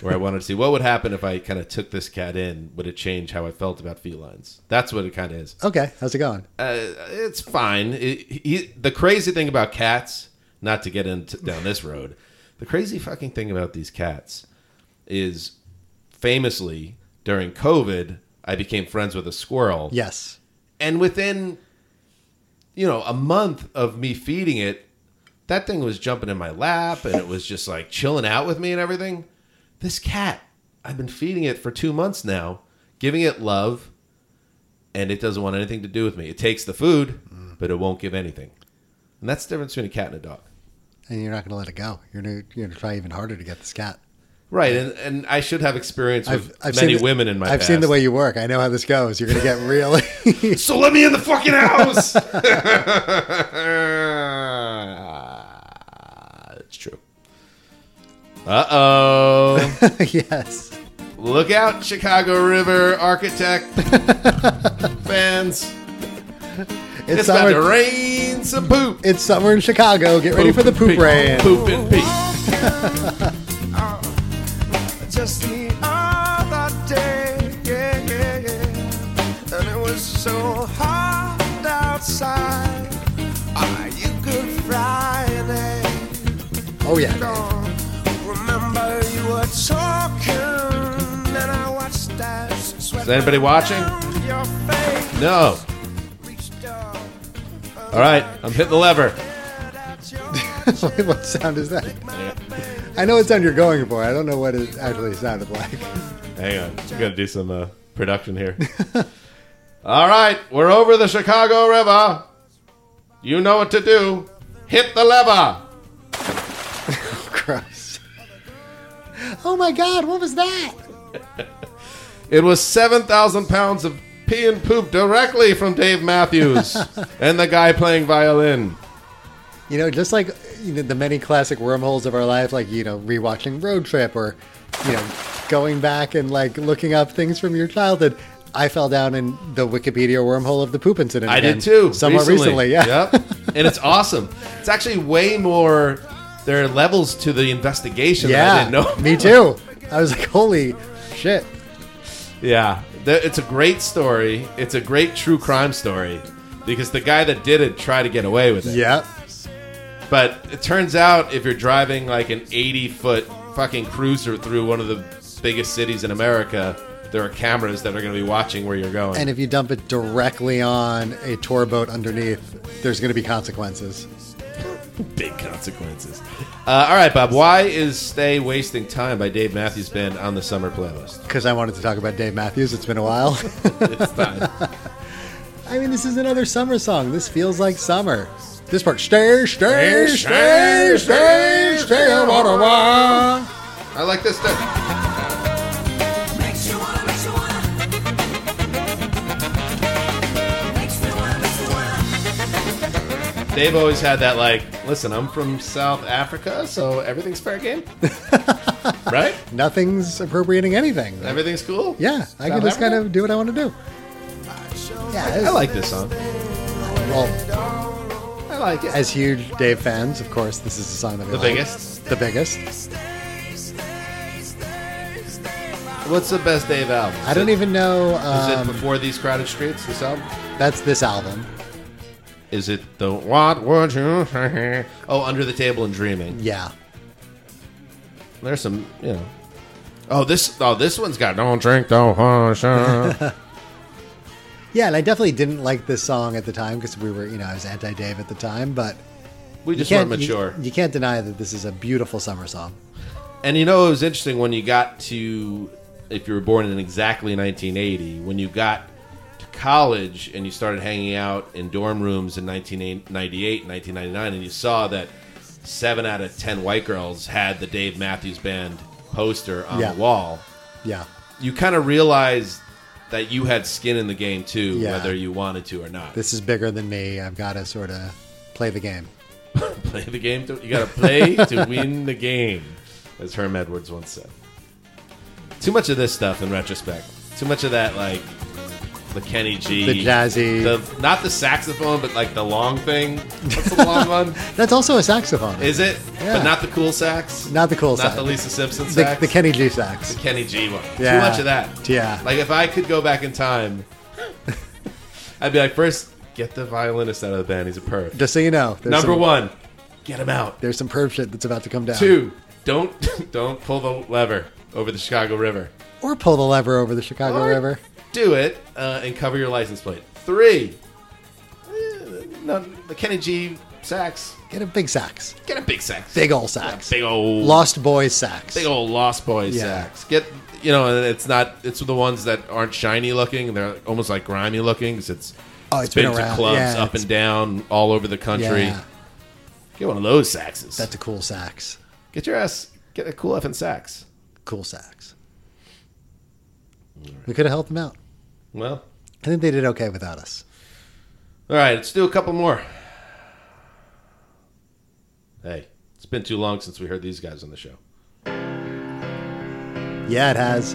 Speaker 2: where I wanted to see what would happen if I kind of took this cat in. Would it change how I felt about felines? That's what it kind of is.
Speaker 3: Okay, how's it going?
Speaker 2: Uh, it's fine. It- he- the crazy thing about cats, not to get into down this road, the crazy fucking thing about these cats is, famously during COVID, I became friends with a squirrel.
Speaker 3: Yes.
Speaker 2: And within, you know, a month of me feeding it, that thing was jumping in my lap and it was just like chilling out with me and everything. This cat, I've been feeding it for two months now, giving it love, and it doesn't want anything to do with me. It takes the food, but it won't give anything. And that's the difference between a cat and a dog.
Speaker 3: And you're not going to let it go. You're going to you're gonna try even harder to get this cat.
Speaker 2: Right. And, and I should have experience with many
Speaker 3: seen the-
Speaker 2: women in my
Speaker 3: I've seen the
Speaker 2: past.
Speaker 3: way you work. I know how this goes. You're
Speaker 2: <laughs>
Speaker 3: going to get really. <laughs>
Speaker 2: So let me in the fucking house. it's true. Uh
Speaker 3: <laughs>
Speaker 2: oh.
Speaker 3: yes.
Speaker 2: Look out, Chicago River architect fans.
Speaker 3: It's,
Speaker 2: It's,
Speaker 3: summer.
Speaker 2: about to rain some poop.
Speaker 3: It's summer in Chicago. Get ready
Speaker 2: Poop
Speaker 3: for the
Speaker 2: and
Speaker 3: poop
Speaker 2: pee.
Speaker 3: rain.
Speaker 2: Poop and pee.
Speaker 5: Uh, just the other day, yeah, yeah, yeah. And it was so hot outside. Ah, you could Friday.
Speaker 3: Oh yeah. <laughs>
Speaker 5: Don't remember you were talking, and I watched that sweat.
Speaker 2: Is anybody watching?
Speaker 5: down Your face
Speaker 2: No.
Speaker 5: reached up.
Speaker 2: All right, I'm hitting the lever.
Speaker 3: Wait, what sound is that? I know what sound you're going for. I don't know what it actually sounded like. <laughs>
Speaker 2: Hang on. We got to do some uh, production here. <laughs> All right. We're over the Chicago River. You know what to do. Hit the lever.
Speaker 3: Gross. Oh my God! What was that?
Speaker 2: It was 7,000 pounds of pee and poop directly from Dave
Speaker 3: <laughs>
Speaker 2: Matthews and the guy playing violin.
Speaker 3: You know, just like you know, the many classic wormholes of our life, like you know, rewatching Road Trip or you know, going back and like looking up things from your childhood. I fell down in the Wikipedia wormhole of the poop incident.
Speaker 2: I
Speaker 3: again,
Speaker 2: did too.
Speaker 3: somewhat recently. yeah.
Speaker 2: Yep. And it's awesome. It's actually way more. There are levels to the investigation
Speaker 3: yeah.
Speaker 2: that I didn't know. <laughs>
Speaker 3: me too. I was like, holy shit.
Speaker 2: Yeah, Th- it's a great story. It's a great true crime story because the guy that did it tried to get away with it.
Speaker 3: Yeah,
Speaker 2: But it turns out if you're driving like an 80 foot fucking cruiser through one of the biggest cities in America, there are cameras that are going to be watching where you're going.
Speaker 3: And if you dump it directly on a tour boat underneath, there's going to be consequences.
Speaker 2: big consequences. Uh, all right, Bob. Why is "Stay Wasting Time" by Dave Matthews Band on the summer playlist?
Speaker 3: Because I wanted to talk about Dave Matthews. It's been a while.
Speaker 2: It's time.
Speaker 3: <laughs> I mean, this is another summer song. This feels like summer. This part, stay, stay, stay, stay, stay, blah, blah, blah.
Speaker 2: I like this too.
Speaker 6: Makes you wanna, makes you wanna. Makes me wanna, makes me wanna.
Speaker 2: Dave always had that like, listen, I'm from South Africa, so everything's fair
Speaker 3: <laughs>
Speaker 2: game, right?
Speaker 3: Nothing's appropriating anything.
Speaker 2: Everything's cool.
Speaker 3: Yeah, I
Speaker 2: South
Speaker 3: can just kind
Speaker 2: Africa?
Speaker 3: of do what I want to do. Yeah,
Speaker 2: I
Speaker 3: as-
Speaker 2: like this song.
Speaker 3: well,
Speaker 2: I like it.
Speaker 3: as huge Dave fans, of course, this is the song that we
Speaker 2: The
Speaker 3: like.
Speaker 2: biggest.
Speaker 3: The biggest.
Speaker 2: What's the best Dave album?
Speaker 3: I don't even know.
Speaker 2: Is it
Speaker 3: Um,
Speaker 2: before these crowded streets? This album?
Speaker 3: that's this album.
Speaker 2: Is it the What Would You? Say? Oh, Under the Table and Dreaming.
Speaker 3: Yeah,
Speaker 2: There's some, you know. Oh, this oh this one's got Don't Drink Don't Hush.
Speaker 3: <laughs>
Speaker 2: uh."
Speaker 3: yeah, and I definitely didn't like this song at the time because we were, you know, I was anti-Dave at the time, but
Speaker 2: We just
Speaker 3: you
Speaker 2: weren't
Speaker 3: can't
Speaker 2: mature.
Speaker 3: You, you can't deny that this is a beautiful summer song.
Speaker 2: And you know, it was interesting when you got to, if you were born in exactly 1980, when you got to college and you started hanging out in dorm rooms in 1998, 1999, and you saw that seven out of ten white girls had the Dave Matthews Band poster on
Speaker 3: Yeah.
Speaker 2: the wall,
Speaker 3: Yeah,
Speaker 2: you kind of realized that you had skin in the game too,
Speaker 3: Yeah.
Speaker 2: whether you wanted to or not.
Speaker 3: this is bigger than me. I've got to sort of play the game.
Speaker 2: play the game. To, you got to
Speaker 3: <laughs>
Speaker 2: play to win the game, as Herm Edwards once said. Too much of this stuff in retrospect. Too much of that, like the Kenny G,
Speaker 3: The jazzy-
Speaker 2: the, not the saxophone, but like the long thing. What's the
Speaker 3: <laughs>
Speaker 2: long one?
Speaker 3: That's also a saxophone.
Speaker 2: Is it?
Speaker 3: Yeah.
Speaker 2: But not the cool sax.
Speaker 3: Not the cool
Speaker 2: Not
Speaker 3: sax.
Speaker 2: the Lisa Simpson
Speaker 3: the,
Speaker 2: sax.
Speaker 3: the Kenny G sax?
Speaker 2: The Kenny G one.
Speaker 3: Yeah.
Speaker 2: Too much of that.
Speaker 3: Yeah.
Speaker 2: Like if I could go back in time, <laughs> I'd be like, first get the violinist out of the band. He's a perv.
Speaker 3: Just so you know, there's
Speaker 2: Number
Speaker 3: some,
Speaker 2: one, get him out.
Speaker 3: there's some perv shit that's about to come down.
Speaker 2: Two, don't <laughs> don't pull the lever over the Chicago River.
Speaker 3: or pull the lever over the Chicago
Speaker 2: Or
Speaker 3: River.
Speaker 2: Do it uh, and cover your license plate. Three, eh, no, the Kenny G sax.
Speaker 3: Get a big sax,
Speaker 2: Get a big sax.
Speaker 3: big old sax,
Speaker 2: big old
Speaker 3: Lost Boys sax.
Speaker 2: big old Lost Boys
Speaker 3: Yeah.
Speaker 2: sax. Get you know, and it's not. It's the ones that aren't shiny looking. They're almost like grimy looking. 'cause it's
Speaker 3: Oh, it's been
Speaker 2: to
Speaker 3: around.
Speaker 2: clubs
Speaker 3: Yeah,
Speaker 2: up
Speaker 3: it's-
Speaker 2: and down all over the country.
Speaker 3: Yeah,
Speaker 2: Get one of those saxes.
Speaker 3: that's a cool sax.
Speaker 2: get your ass. Get a cool effing sax.
Speaker 3: Cool sax. We could have helped them out.
Speaker 2: Well,
Speaker 3: I think they did okay without us.
Speaker 2: All right, let's do a couple more. Hey, it's been too long since we heard these guys on the show.
Speaker 3: Yeah, it has.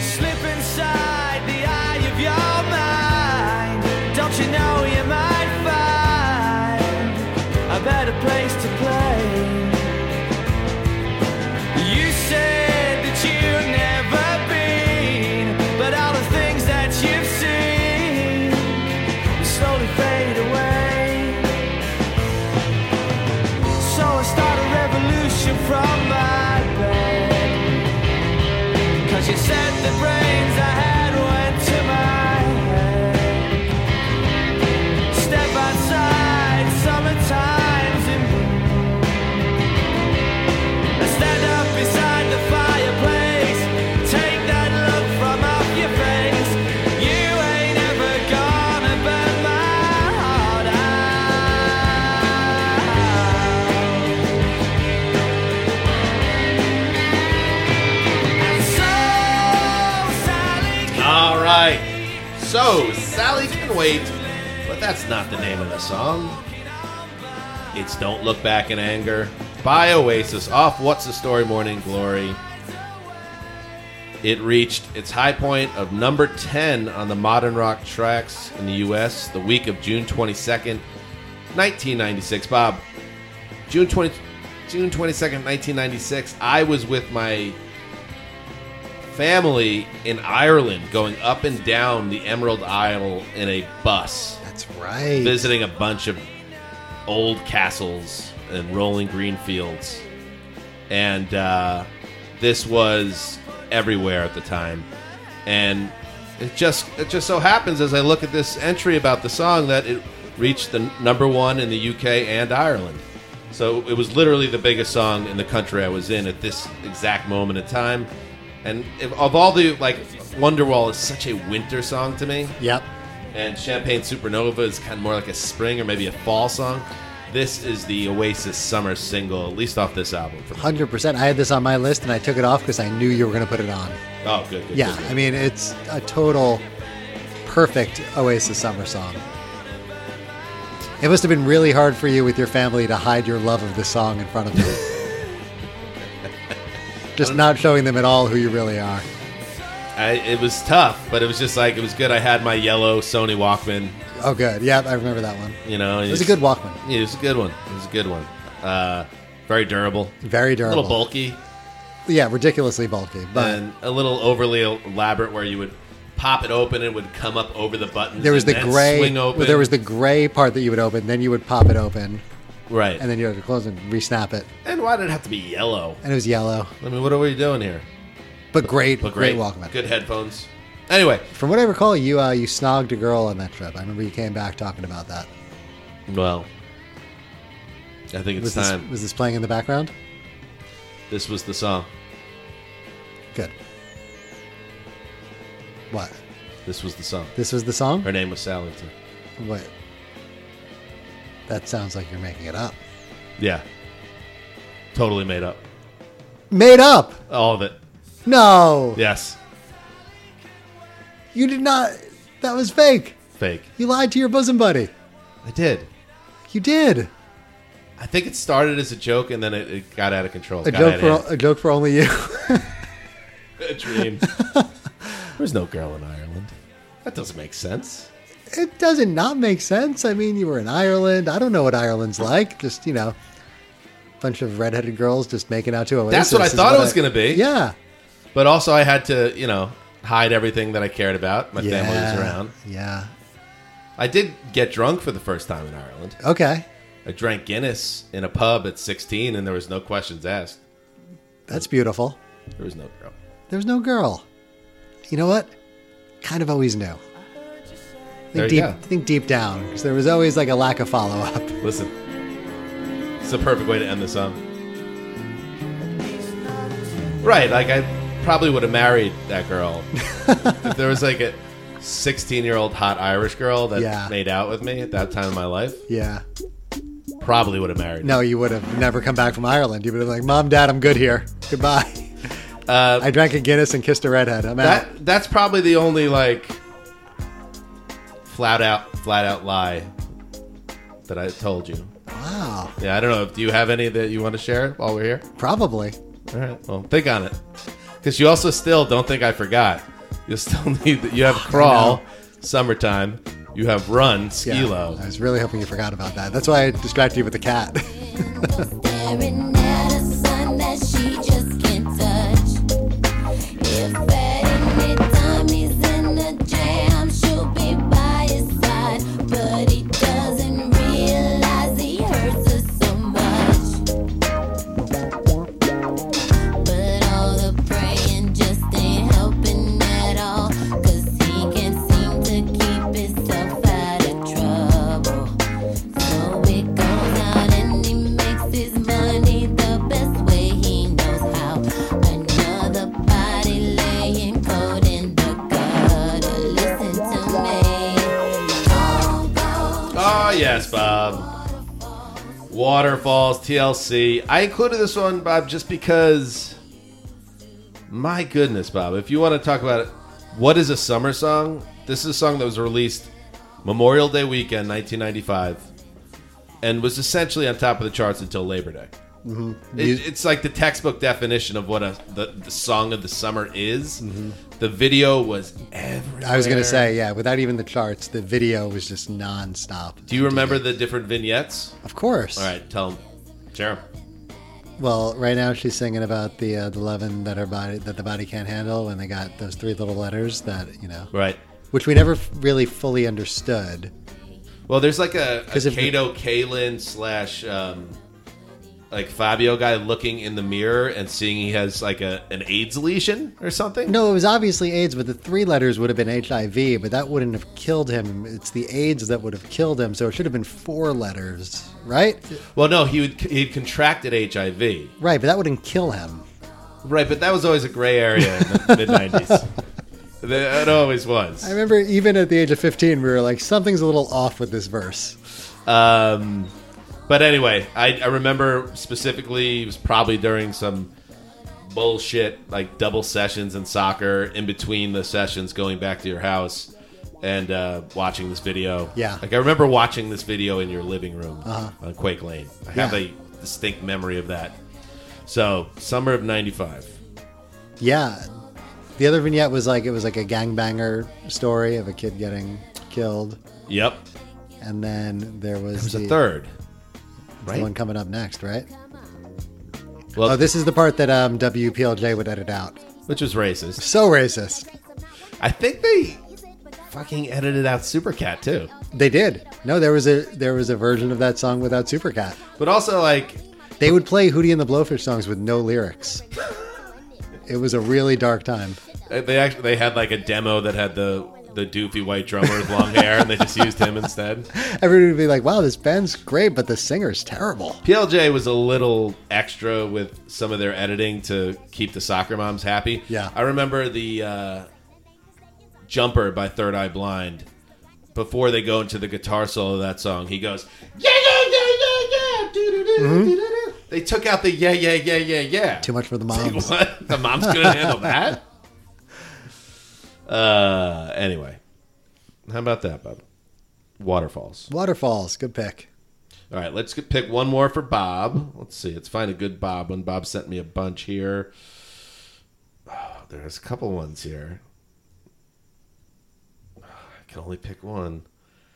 Speaker 5: Slip inside the eye of your mind. Don't you know you might find a better place to play? You said that you've never been, but all the things that you've seen slowly fade away. So I start a revolution from my bed. Cause you said the brains I had went to my head. Step outside, summertime's in bloom. I stand up beside the fireplace. Take that look from off your face. You ain't ever gonna burn my heart out. And so, Sally
Speaker 2: All right. So, Sally Can Wait, but that's not the name of the song. It's Don't Look Back in Anger by Oasis off What's the Story Morning Glory. It reached its high point of number 10 on the modern rock tracks in the US the week of June 22nd, 1996. Bob, June 20 June 22nd, 1996, I was with my family in Ireland going up and down the Emerald Isle in a bus,
Speaker 3: That's right.
Speaker 2: visiting a bunch of old castles and rolling green fields. And uh, this was everywhere at the time. And it just it just so happens as I look at this entry about the song that it reached the number one in the UK and Ireland. So it was literally the biggest song in the country I was in at this exact moment in time. And if, of all the like, Wonderwall is such a winter song to me
Speaker 3: Yep.
Speaker 2: and Champagne Supernova is kind of more like a spring or maybe a fall song. This is the Oasis summer single, at least off this album. For me.
Speaker 3: 100%. I had this on my list and I took it off because I knew you were going to put it on.
Speaker 2: Oh, good, good, good.
Speaker 3: Yeah, I mean, it's a total perfect Oasis summer song. It must have been really hard for you with your family to hide your love of this song in front of them. Just not showing them at all who you really are.
Speaker 2: I, it was tough, but it was just like it was good. I had my yellow Sony Walkman.
Speaker 3: Oh, good. Yeah, I remember that one.
Speaker 2: You know,
Speaker 3: It was a good Walkman.
Speaker 2: Yeah, it was a good one. It was a good one. Uh, very durable,
Speaker 3: Very
Speaker 2: a
Speaker 3: durable.
Speaker 2: little bulky,
Speaker 3: Yeah, ridiculously bulky. But
Speaker 2: and a little overly elaborate. Where you would pop it open, and it would come up over the buttons.
Speaker 3: there was
Speaker 2: and
Speaker 3: the
Speaker 2: then
Speaker 3: gray.
Speaker 2: swing open.
Speaker 3: well, there was the gray part that you would open, then you would pop it open,
Speaker 2: right,
Speaker 3: and
Speaker 2: and,
Speaker 3: then you had to close and re-snap it,
Speaker 2: why did it have to be yellow?
Speaker 3: and it was yellow.
Speaker 2: I mean, what are we doing here?
Speaker 3: But great,
Speaker 2: But
Speaker 3: great,
Speaker 2: great,
Speaker 3: Walkman.
Speaker 2: good headphones. Anyway,
Speaker 3: From what I recall, you uh, you snogged a girl on that trip. I remember you came back talking about that.
Speaker 2: Well, I think it's
Speaker 3: Was
Speaker 2: time.
Speaker 3: this, was this playing in the background?
Speaker 2: This, was the song.
Speaker 3: Good. What?
Speaker 2: This was the song.
Speaker 3: This was the song?
Speaker 2: Her name was Sally. Too.
Speaker 3: What? That sounds like you're making it up.
Speaker 2: Yeah. Totally made up.
Speaker 3: Made up.
Speaker 2: All of it.
Speaker 3: No,
Speaker 2: Yes.
Speaker 3: you did not. That was fake.
Speaker 2: Fake.
Speaker 3: You lied to your bosom buddy.
Speaker 2: I did.
Speaker 3: You did.
Speaker 2: I think it started as a joke and then it, it got out of control.
Speaker 3: A
Speaker 2: Got out
Speaker 3: joke
Speaker 2: of
Speaker 3: for a joke for only you.
Speaker 2: hand. <laughs> a
Speaker 3: <laughs>
Speaker 2: dream. There's no girl in Ireland. That doesn't make sense.
Speaker 3: it doesn't not make sense. I mean, you were in Ireland. I don't know what Ireland's like. Just you know, bunch of redheaded girls just making out to Oasis.
Speaker 2: That's what I
Speaker 3: is
Speaker 2: thought it was gonna be.
Speaker 3: Yeah,
Speaker 2: But also, I had to, you know, hide everything that I cared about. My
Speaker 3: yeah.
Speaker 2: family was around.
Speaker 3: Yeah.
Speaker 2: I did get drunk for the first time in Ireland.
Speaker 3: Okay,
Speaker 2: I drank Guinness in a pub at 16 and there was no questions asked.
Speaker 3: that's beautiful.
Speaker 2: There was no girl.
Speaker 3: There was no girl. You know what? Kind of always knew. I think
Speaker 2: There you
Speaker 3: deep,
Speaker 2: go.
Speaker 3: I think deep down, 'cause there was always like a lack of follow up.
Speaker 2: Listen, it's the perfect way to end the song. Right, like I probably would have married that
Speaker 3: <laughs>
Speaker 2: girl if there was like a 16 year old hot Irish girl that
Speaker 3: Yeah.
Speaker 2: made out with me at that time in my life.
Speaker 3: <laughs> Yeah.
Speaker 2: Probably would have married.
Speaker 3: No, you would have never come back from Ireland. You would have been like, Mom, Dad, I'm good here. Goodbye. I drank a Guinness and kissed a redhead. I'm out.
Speaker 2: Uh, that that's probably the only like flat out flat out lie that I told you.
Speaker 3: Wow.
Speaker 2: Yeah, I don't know. Do you have any that you want to share while we're here?
Speaker 3: Probably.
Speaker 2: All right. Well, think on it, because you also still don't think I forgot. You still <laughs> need. You have crawl, summertime. You have run, ski low.
Speaker 3: I was really hoping you forgot about that. That's why I distracted you with the cat. <laughs>
Speaker 7: Staring at a sun that she just can't touch. If at any time he's in a jam, she'll be by his side. But he doesn't realize he hurts her so much. But all the praying just ain't helping at all. Cause he can't seem to keep himself out of trouble. So it goes out and he makes his money the best way he knows how. Another body laying cold in the gutter. Listen to me. Cold, cold
Speaker 2: Oh yes, Bob. Waterfalls, TLC. I included this one, Bob, just because. My goodness, Bob. If you want to talk about it, what is a summer song? This is a song that was released Memorial Day weekend, 1995, and was essentially on top of the charts until Labor Day.
Speaker 3: Mm-hmm.
Speaker 2: It, it's like the textbook definition of what a the, the song of the summer is. The video was everywhere.
Speaker 3: Mm-hmm. I was going to say, yeah, without even the charts, the video was just nonstop.
Speaker 2: Do you remember the different vignettes?
Speaker 3: Of course.
Speaker 2: All right, tell them. Share 'em.
Speaker 3: Well, right now she's singing about the uh, the leaven that her body that the body can't handle when they got those three little letters that you know,
Speaker 2: Right.
Speaker 3: which we never f- really fully understood.
Speaker 2: Well, there's like a, a
Speaker 3: 'Cause if-
Speaker 2: Kato Kalin slash um, like Fabio guy looking in the mirror and seeing he has like a an AIDS lesion or something.
Speaker 3: No, it was obviously AIDS, but the three letters would have been HIV, but that wouldn't have killed him. It's the AIDS that would have killed him, so it should have been four letters, right?
Speaker 2: Well, no, he would, he'd contracted HIV.
Speaker 3: Right, but that wouldn't kill him.
Speaker 2: Right, but that was always a gray area in the mid '90s. <laughs> It always was.
Speaker 3: I remember even at the age of 15, we were like, something's a little off with this verse.
Speaker 2: Um, but anyway, I, I remember specifically it was probably during some bullshit like double sessions in soccer in between the sessions going back to your house and uh, watching this video.
Speaker 3: Yeah. Uh-huh.
Speaker 2: Like I remember watching this video in your living room on Quake Lane. I have
Speaker 3: Yeah.
Speaker 2: a distinct memory of that. So, summer of 95.
Speaker 3: Yeah. The other vignette was like, it was like a gangbanger story of a kid getting killed.
Speaker 2: Yep.
Speaker 3: And then there was,
Speaker 2: There's a
Speaker 3: the-
Speaker 2: third.
Speaker 3: the
Speaker 2: right?
Speaker 3: one coming up next, right?
Speaker 2: Well,
Speaker 3: Oh, this is the part that um, WPLJ would edit out.
Speaker 2: which was racist.
Speaker 3: So racist.
Speaker 2: I think they fucking edited out Supercat too.
Speaker 3: They did. No, there was a there was a version of that song without Supercat.
Speaker 2: But also like
Speaker 3: They would play Hootie and the Blowfish songs with no lyrics. It was a really dark time.
Speaker 2: Uh, They actually they had like a demo that had the the doofy white drummer with long hair, and they just used him instead.
Speaker 3: Everybody would be like, "Wow, this band's great, but the singer's terrible."
Speaker 2: PLJ was a little extra with some of their editing to keep the soccer moms happy.
Speaker 3: Yeah.
Speaker 2: I remember the uh, jumper by Third Eye Blind. Before they go into the guitar solo of that song, he goes yeah yeah yeah yeah yeah. doo-doo-doo, doo-doo-doo." They took out the yeah yeah yeah yeah yeah.
Speaker 3: Too much for the
Speaker 2: Like,
Speaker 3: moms.
Speaker 2: <laughs> what? The mom's gonna handle that. Uh, anyway, how about that, Bob? Waterfalls.
Speaker 3: Waterfalls, good pick.
Speaker 2: All right, let's get, pick one more for Bob. Let's see. Let's find a good Bob one. Bob sent me a bunch here. Oh, there's a couple ones here. I can only pick one.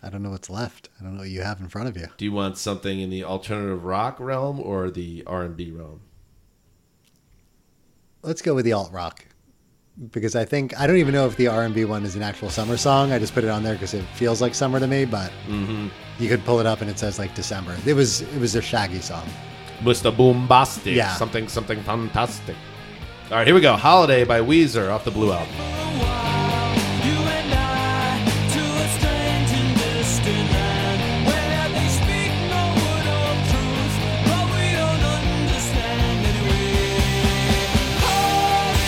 Speaker 3: I don't know what's left. I don't know what you have in front of you.
Speaker 2: Do you want something in the alternative rock realm or the R and B realm?
Speaker 3: Let's go with the alt rock because I think I don't even know if the R and B one is an actual summer song. I just put it on there because it feels like summer to me. But you could pull it up and it says like December. It was it was a Shaggy song.
Speaker 2: Mr. Boombastic.
Speaker 3: Yeah.
Speaker 2: Something, something fantastic. All right, here we go. Holiday by Weezer off the Blue Album.
Speaker 4: You and I, to a strange and distant land, where they speak no word of truth, but we don't understand anyway.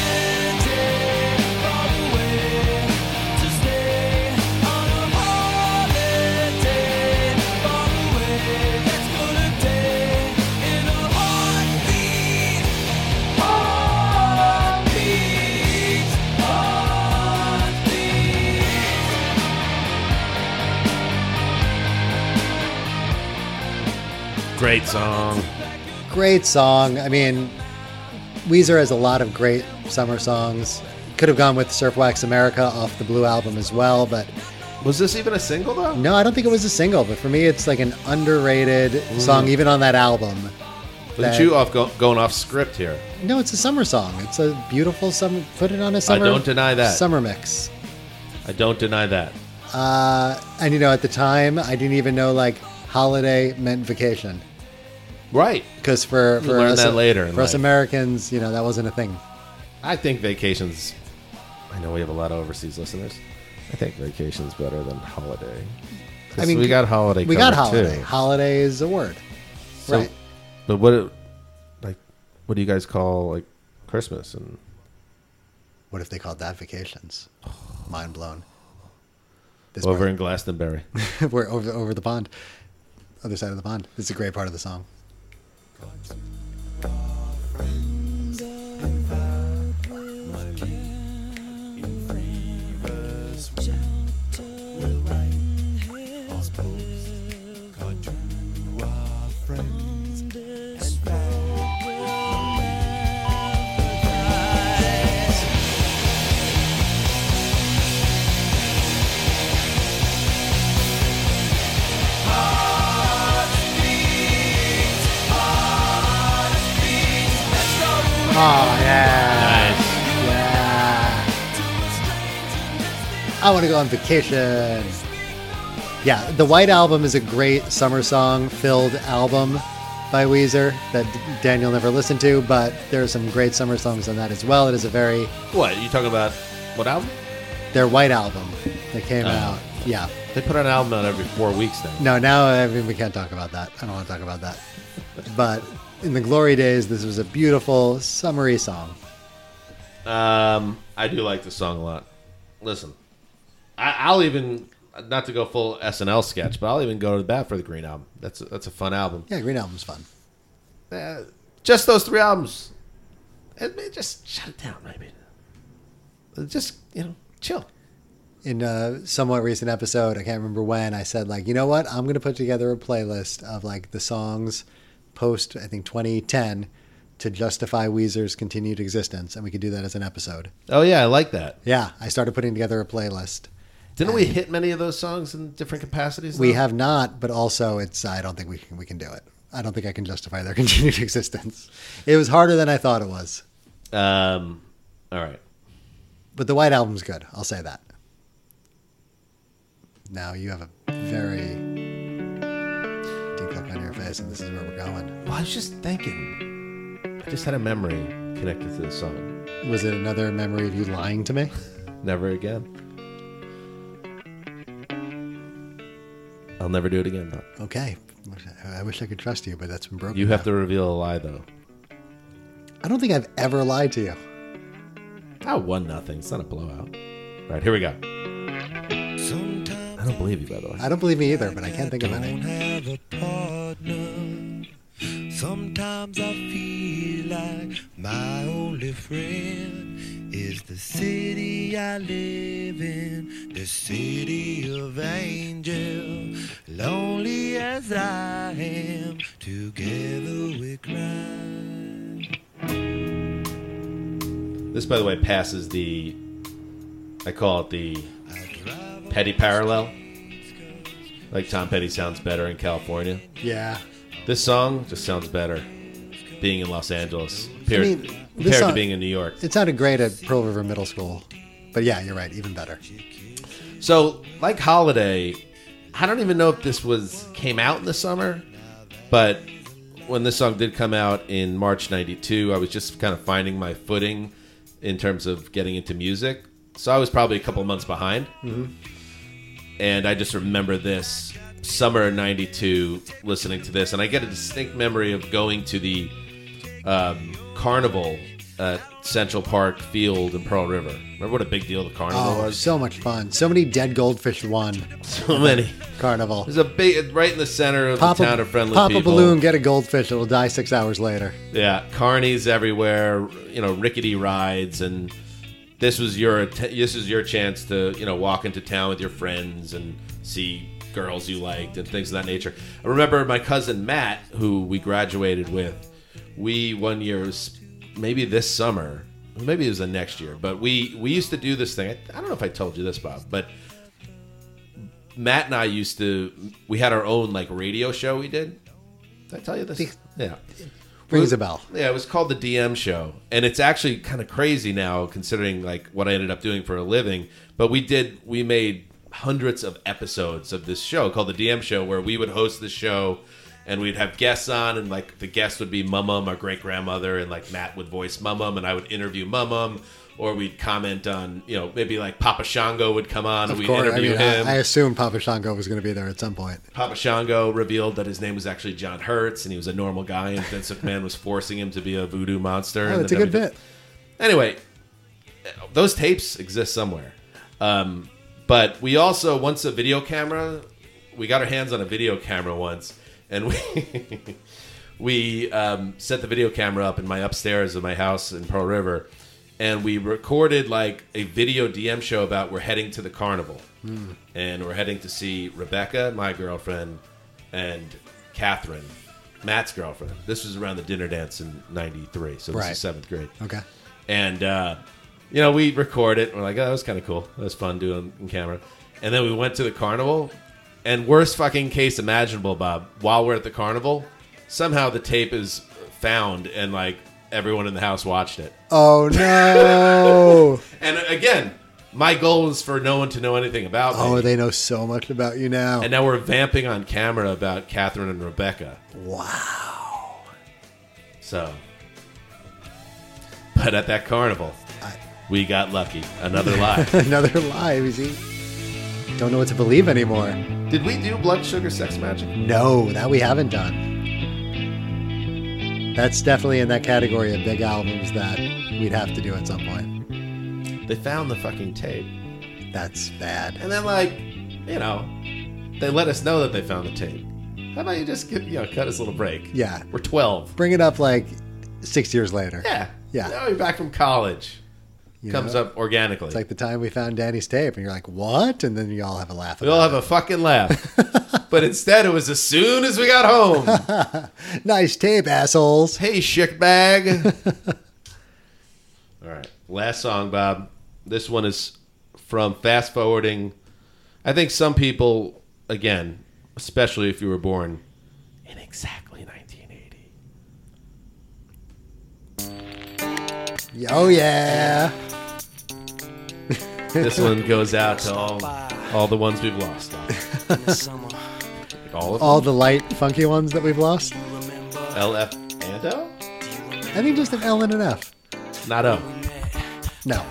Speaker 4: Holiday, far away to stay on a holiday, far away. Let's go today in a heartbeat, heartbeat, heartbeat.
Speaker 2: Great song.
Speaker 3: Great song. I mean, Weezer has a lot of great summer songs. Could have gone with Surf Wax America off the Blue album as well, but
Speaker 2: Was this even a single though?
Speaker 3: no, I don't think it was a single. But for me, it's like an underrated song, even on that album.
Speaker 2: Look at
Speaker 3: that-
Speaker 2: you off go, going off script here.
Speaker 3: No, it's a summer song. It's a beautiful summer. Put it on a summer.
Speaker 2: don't deny that.
Speaker 3: Summer mix.
Speaker 2: I don't deny that.
Speaker 3: Uh, and you know, at the time, I didn't even know like holiday meant vacation
Speaker 2: Right.
Speaker 3: because for for
Speaker 2: learn
Speaker 3: us
Speaker 2: that later in
Speaker 3: for us
Speaker 2: life.
Speaker 3: Americans, you know, that wasn't a thing.
Speaker 2: I think vacations. I know we have a lot of overseas listeners. I think vacation's better than holiday. 'Cause
Speaker 3: I mean,
Speaker 2: we got holiday.
Speaker 3: We got
Speaker 2: covered,
Speaker 3: holiday.
Speaker 2: too.
Speaker 3: Holiday is a word.
Speaker 2: So-
Speaker 3: right.
Speaker 2: But what, like, what do you guys call like Christmas and
Speaker 3: What if they called that vacations? Mind blown. This
Speaker 2: over
Speaker 3: part,
Speaker 2: in Glastonbury? <laughs>
Speaker 3: <laughs> we're over over the pond, other side of the pond. It's a great part of the song. Oh, I want to go on vacation. Yeah, the White Album is a great summer song filled album by Weezer that D- Daniel never listened to, but there are some great summer songs on that as well. It is a very
Speaker 2: What you talking about? What album?
Speaker 3: their White Album that came out. Yeah.
Speaker 2: They put an album out every four weeks now.
Speaker 3: No, now I mean we can't talk about that. I don't want to talk about that. But in the glory days, this was a beautiful summery song.
Speaker 2: Um, I do like this song a lot. Listen, I, I'll even not to go full SNL sketch, but I'll even go to bat for the Green album. That's a, that's a fun album.
Speaker 3: Yeah, Green Album's fun.
Speaker 2: Uh, just those three albums. I mean, just shut it down, maybe. Uh, Just you know, chill.
Speaker 3: in a somewhat recent episode, I can't remember when, I said like, you know what, I'm gonna put together a playlist of like the songs post I think 2010 to justify Weezer's continued existence, and we could do that as an episode.
Speaker 2: Oh yeah, I like that.
Speaker 3: Yeah, I started putting together a playlist.
Speaker 2: Didn't we hit many of those songs in different capacities?
Speaker 3: We
Speaker 2: though?
Speaker 3: have not, but also it's I don't think we can we can do it. I don't think I can justify their <laughs> continued existence. It was harder than I thought it was,
Speaker 2: Um, all right.
Speaker 3: but the White Album's good. I'll say that. Now you have a very deep look on your face, and this is where we're going.
Speaker 2: Well, I was just thinking. I just had a memory connected to this song.
Speaker 3: Was it another memory of you lying to me?
Speaker 2: Never again. I'll never do it again. Doc.
Speaker 3: Okay. I wish I could trust you, but that's been broken.
Speaker 2: You have to
Speaker 3: now.
Speaker 2: reveal a lie, though.
Speaker 3: I don't think I've ever lied to you.
Speaker 2: I won nothing. It's not a blowout. All right, here we go. I don't believe you, by the way.
Speaker 3: I don't believe me either, but I can't think of any.
Speaker 4: have a partner. Sometimes I feel like my only friend is the city I live in, the city of angel. Lonely as I am, together we cry.
Speaker 2: This, by the way, passes the. I call it the petty parallel. Like Tom Petty sounds better in California.
Speaker 3: Yeah.
Speaker 2: This song just sounds better being in Los Angeles compared,
Speaker 3: mean, this
Speaker 2: compared to
Speaker 3: song-
Speaker 2: being in New York.
Speaker 3: It sounded great at Pearl River Middle School. But yeah, you're right. Even better.
Speaker 2: So, like Holiday, I don't even know if this was came out in the summer, but when this song did come out in March 92, I was just kind of finding my footing in terms of getting into music. So, I was probably a couple months behind. And I just remember this summer 92 listening to this and I get a distinct memory of going to the um, carnival at Central Park Field in Pearl River. Remember what a big deal the carnival
Speaker 3: Oh,
Speaker 2: was?
Speaker 3: so much fun. So many dead goldfish won
Speaker 2: <laughs> So many.
Speaker 3: carnival.
Speaker 2: There's a big right in the center of
Speaker 3: Pop
Speaker 2: the town
Speaker 3: a,
Speaker 2: of friendly
Speaker 3: pop a
Speaker 2: people.
Speaker 3: balloon, get a goldfish. It'll die six hours later.
Speaker 2: Yeah, carnies everywhere. You know, rickety rides, and this was your att- this is your chance to you know walk into town with your friends and see girls you liked and things of that nature. I remember my cousin Matt, who we graduated with. We one year was maybe this summer, maybe it was the next year, but we we used to do this thing. I, I don't know if I told you this, Bob, but Matt and I used to we had our own like radio show we did. Did I tell you this? Yeah.
Speaker 3: Rings a bell.
Speaker 2: Yeah, it was called the DM show, and it's actually kind of crazy now considering like what I ended up doing for a living. But we did we made hundreds of episodes of this show called the DM show where we would host the show and we'd have guests on and like the guest would be Mum Mum, our great grandmother, and like Matt would voice Mum Mum and I would interview Mum Mum or we'd comment on, you know, maybe like Papa Shango would come on and
Speaker 3: Of
Speaker 2: we'd
Speaker 3: course. I
Speaker 2: interview
Speaker 3: mean,
Speaker 2: him.
Speaker 3: I, I assume Papa Shango was going to be there at some point.
Speaker 2: Papa Shango revealed that his name was actually John Hertz, and he was a normal guy, and Vince McMahon was forcing him to be a voodoo monster.
Speaker 3: Oh,
Speaker 2: and
Speaker 3: that's a good
Speaker 2: then
Speaker 3: bit.
Speaker 2: Anyway, those tapes exist somewhere. Um, but we also once a video camera, we got our hands on a video camera once, and we <laughs> we um, set the video camera up in my upstairs of my house in Pearl River, and we recorded like a video DM show about we're heading to the carnival, and we're heading to see Rebecca, my girlfriend, and Catherine, Matt's girlfriend. This was around the dinner dance in '93, so this
Speaker 3: Right.
Speaker 2: is seventh grade
Speaker 3: Okay.
Speaker 2: and uh, you know we record it. We're like, oh, that was kind of cool. That was fun doing on camera. And then we went to the carnival, and worst fucking case imaginable, Bob. While we're at the carnival, somehow the tape is found, and like everyone in the house watched it.
Speaker 3: <laughs> Oh, no.
Speaker 2: And uh, again, my goal was for no one to know anything about me.
Speaker 3: Oh, they know so much about you now.
Speaker 2: and now we're vamping on camera about Catherine and Rebecca.
Speaker 3: wow.
Speaker 2: So, but at that carnival,
Speaker 3: I- <laughs>
Speaker 2: we got lucky. Another lie.
Speaker 3: Another lie, easy. Don't know what to believe anymore.
Speaker 2: Did we do blood sugar sex magic?
Speaker 3: No, that we haven't done. That's definitely in that category of big albums that we'd have to do at some point.
Speaker 2: They found the fucking tape,
Speaker 3: That's bad.
Speaker 2: and then like, you know, they let us know that they found the tape. How about you just give you know cut us a little break?
Speaker 3: Yeah.
Speaker 2: we're twelve.
Speaker 3: Bring it up like six years later.
Speaker 2: Yeah,
Speaker 3: Yeah.
Speaker 2: Now you're back from college.
Speaker 3: You
Speaker 2: Comes
Speaker 3: know?
Speaker 2: up organically.
Speaker 3: It's like the time we found Danny's tape, and you're like, what? And then you all have a laugh.
Speaker 2: we all have a fucking
Speaker 3: <laughs>
Speaker 2: laugh. but instead, it was as soon as we got home.
Speaker 3: have nice tape, assholes.
Speaker 2: Hey, shick bag.
Speaker 3: <laughs>
Speaker 2: All right. Last song, Bob. This one is from Fast Forwarding. I think some people, again, especially if you were born in exactly 1980.
Speaker 3: Oh, yeah.
Speaker 2: This one goes out to all, all the ones we've lost. all of
Speaker 3: All the light, funky ones that we've lost.
Speaker 2: LF and O?
Speaker 3: I think just an L and an F.
Speaker 2: Not O.
Speaker 3: No.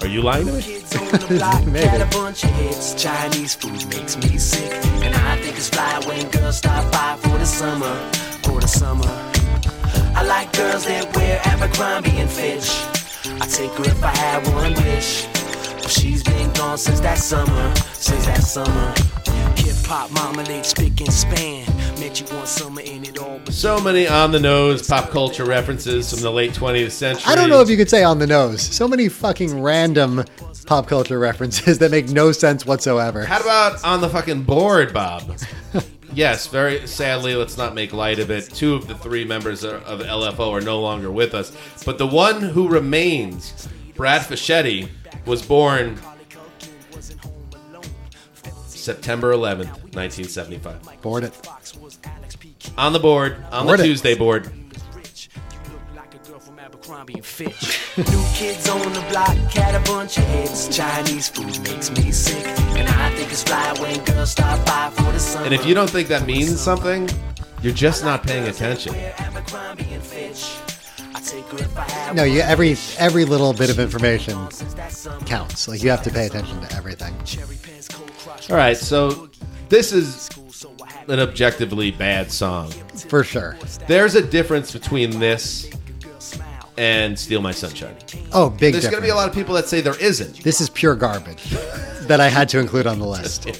Speaker 2: Are you lying to me?
Speaker 5: Kids on the block
Speaker 3: Maybe.
Speaker 5: got a bunch of hits. Chinese food makes me sick, and I think it's fly when girls stop by for the summer, for the summer. I like girls that wear Abercrombie and Fitch. I take her if I had one wish. But she's been gone since that summer, since that summer. Hip hop, marmalade, spick and span. Met you one summer and it all was
Speaker 2: So many on the nose pop culture references from the late 20th century.
Speaker 3: I don't know if you could say on the nose. So many fucking random pop culture references that make no sense whatsoever.
Speaker 2: How about on the fucking board, Bob? yes, very sadly, let's not make light of it. Two of the three members of of LFO are no longer with us, but the one who remains, Brad Fischetti, was born September 11th, 1975.
Speaker 3: Board it.
Speaker 2: On the board, on
Speaker 3: Board
Speaker 2: the
Speaker 3: it.
Speaker 2: Tuesday board.
Speaker 5: rich. You look like a girl from Abercrombie and Fitch. New kids on the block, had a bunch of hits. Chinese food makes me sick, and I think it's fly when girls stop by for the summer.
Speaker 2: And if you don't think that means something, you're just not paying attention.
Speaker 5: Wear Abercrombie and Fitch. I take her if I had
Speaker 3: No,
Speaker 5: one
Speaker 3: you every every little bit of information
Speaker 5: since that summer.
Speaker 3: counts. Like you have to pay attention to everything.
Speaker 5: Cherry pants, cold crush.
Speaker 2: All right, so this is
Speaker 5: So I had
Speaker 2: an objectively bad song.
Speaker 3: For sure.
Speaker 2: There's a difference between this
Speaker 5: a girl smile.
Speaker 2: and Steal My Sunshine.
Speaker 3: Oh, big
Speaker 2: There's
Speaker 3: difference.
Speaker 2: going to be a lot of people that say there isn't.
Speaker 3: this is pure garbage that I had to include on the list.
Speaker 5: The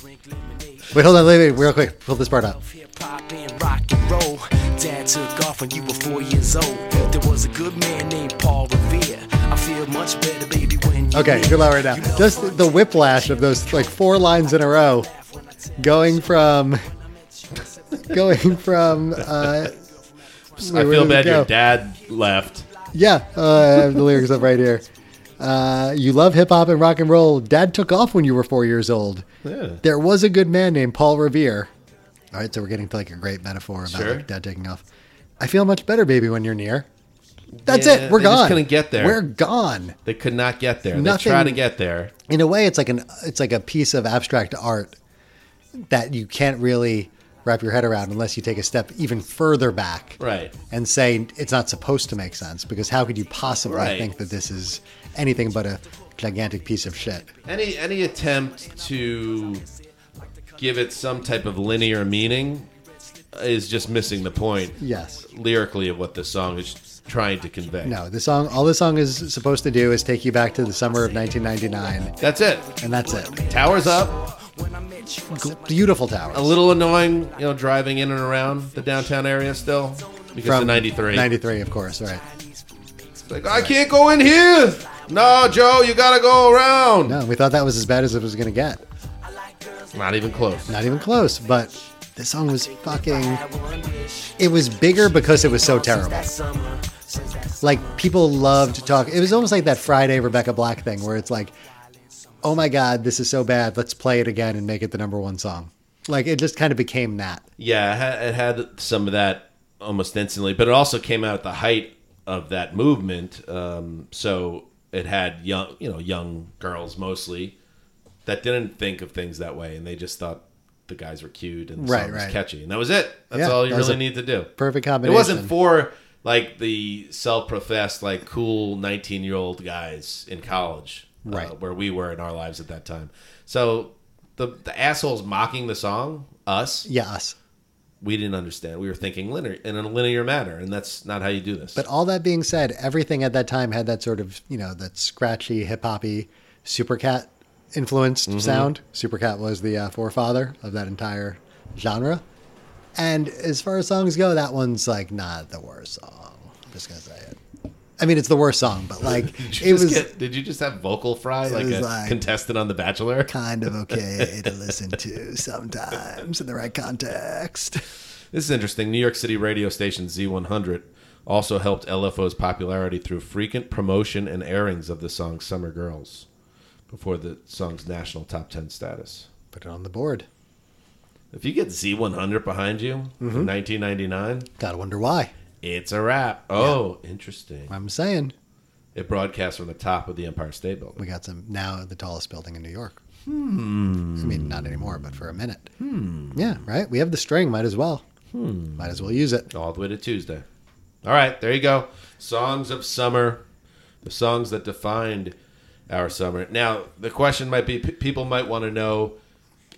Speaker 5: drink lemonade.
Speaker 3: Wait, hold on, wait, wait, real quick. Pull this part up.
Speaker 5: Hip hop and rock and roll. Dad took off when you were four years old. There was a good man named Paul Revere. I feel much better, baby, when you
Speaker 3: Okay, good lower it down. Just the whiplash of those like four lines in a row, going from <laughs> going from uh,
Speaker 2: I
Speaker 3: where
Speaker 2: feel
Speaker 3: did it
Speaker 2: bad
Speaker 3: go?
Speaker 2: your dad left.
Speaker 3: Yeah, uh, I have the lyrics up right here. Uh, you love hip hop and rock and roll. Dad took off when you were four years old. There was a good man named Paul Revere. All right, so we're getting to like a great metaphor about
Speaker 2: Sure.
Speaker 3: like, dad taking off. I feel much better, baby, when you're near. That's
Speaker 2: Yeah,
Speaker 3: it. We're
Speaker 2: they just
Speaker 3: gone.
Speaker 2: couldn't get there.
Speaker 3: We're gone.
Speaker 2: They could not get there.
Speaker 3: Nothing-
Speaker 2: They try to get there.
Speaker 3: In a way, it's like an it's like a piece of abstract art that you can't really wrap your head around unless you take a step even further back
Speaker 2: Right.
Speaker 3: and say it's not supposed to make sense because how could you possibly
Speaker 2: Right.
Speaker 3: think that this is anything but a gigantic piece of shit?
Speaker 2: Any any attempt to give it some type of linear meaning is just missing the point
Speaker 3: Yes.
Speaker 2: lyrically of what this song is trying to convey.
Speaker 3: No, the song all the song is supposed to do is take you back to the summer of 1999
Speaker 2: That's it.
Speaker 3: and that's it.
Speaker 2: Towers up.
Speaker 3: G- Beautiful towers.
Speaker 2: A little annoying, you know, driving in and around the downtown area still because of 93.
Speaker 3: 93, of course, right.
Speaker 2: It's like, I can't go in here. No, Joe, you got to go around.
Speaker 3: No, we thought that was as bad as it was going to get.
Speaker 2: Not even close.
Speaker 3: Not even close, but this song was fucking it was bigger because it was so terrible. Like people loved talk. It was almost like that Friday Rebecca Black thing where it's like, oh my god, this is so bad. Let's play it again and make it the number one song. Like it just kind of became that.
Speaker 2: Yeah, it had, it had some of that almost instantly, but it also came out at the height of that movement. Um, so it had young, you know, young girls mostly that didn't think of things that way, and they just thought the guys were cute and the
Speaker 3: Right,
Speaker 2: song was
Speaker 3: right.
Speaker 2: catchy, and that was it. That's
Speaker 3: Yeah,
Speaker 2: all you
Speaker 3: that was
Speaker 2: really
Speaker 3: a
Speaker 2: need to do.
Speaker 3: perfect
Speaker 2: It wasn't
Speaker 3: combination.
Speaker 2: for like the self-professed, like cool nineteen-year-old guys in college, uh,
Speaker 3: Right.
Speaker 2: where we were in our lives at that time. So the the assholes mocking the song, us,
Speaker 3: Yeah, us.
Speaker 2: we didn't understand. We were thinking linear in a linear manner, and that's not how you do this.
Speaker 3: But all that being said, everything at that time had that sort of, you know, that scratchy, hip hoppy, supercat influenced
Speaker 2: Mm-hmm.
Speaker 3: sound. Supercat was the uh, forefather of that entire genre. And as far as songs go, that one's like not the worst song. I'm just going to say it. I mean, it's the worst song, but
Speaker 2: <laughs>
Speaker 3: like
Speaker 2: Did <laughs> you
Speaker 3: it
Speaker 2: just
Speaker 3: was
Speaker 2: get- did you just have vocal fry like
Speaker 3: was
Speaker 2: a
Speaker 3: like-
Speaker 2: contestant on The Bachelor?
Speaker 3: kind of okay to listen to sometimes in the right context.
Speaker 2: This is interesting. New York City radio station Z100 also helped LFO's popularity through frequent promotion and airings of the song Summer Girls before the song's national top 10 status.
Speaker 3: Put it on the board.
Speaker 2: If you get Z100 behind you in 1999,
Speaker 3: Gotta wonder why.
Speaker 2: it's a wrap. Oh, interesting.
Speaker 3: I'm saying
Speaker 2: It broadcasts from the top of the Empire State Building.
Speaker 3: we got some now the tallest building in New York.
Speaker 2: Hmm.
Speaker 3: I mean, not anymore, but for a minute. Yeah, right. We have the string. Might as well.
Speaker 2: Hmm.
Speaker 3: Might as well use it.
Speaker 2: all the way to Tuesday. All right, there you go. Songs of summer, the songs that defined our summer. Now, the question might be: p- people might want to know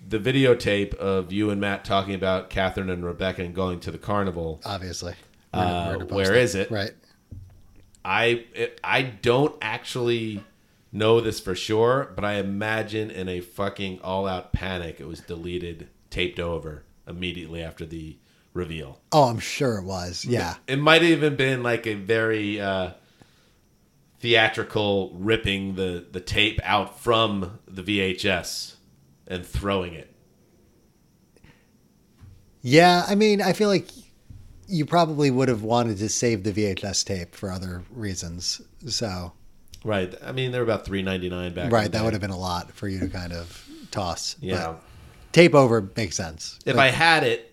Speaker 2: the videotape of you and Matt talking about Catherine and Rebecca and going to the carnival.
Speaker 3: Obviously.
Speaker 2: Uh,
Speaker 3: We're gonna post
Speaker 2: where is it?
Speaker 3: Right.
Speaker 2: I it, I don't actually know this for sure, but I imagine in a fucking all-out panic, it was deleted, taped over immediately after the reveal.
Speaker 3: Oh, I'm sure it was. Yeah.
Speaker 2: It might have even been like a very uh, theatrical ripping the, the tape out from the VHS and throwing it.
Speaker 3: Yeah. I mean, I feel like you probably would have wanted to save the VHS tape for other reasons. So,
Speaker 2: Right. I mean, they were about three ninety nine back. in
Speaker 3: right.
Speaker 2: the
Speaker 3: That
Speaker 2: day.
Speaker 3: would have been a lot for you to kind of toss. But
Speaker 2: Yeah.
Speaker 3: tape over makes sense.
Speaker 2: if
Speaker 3: But-
Speaker 2: I had it,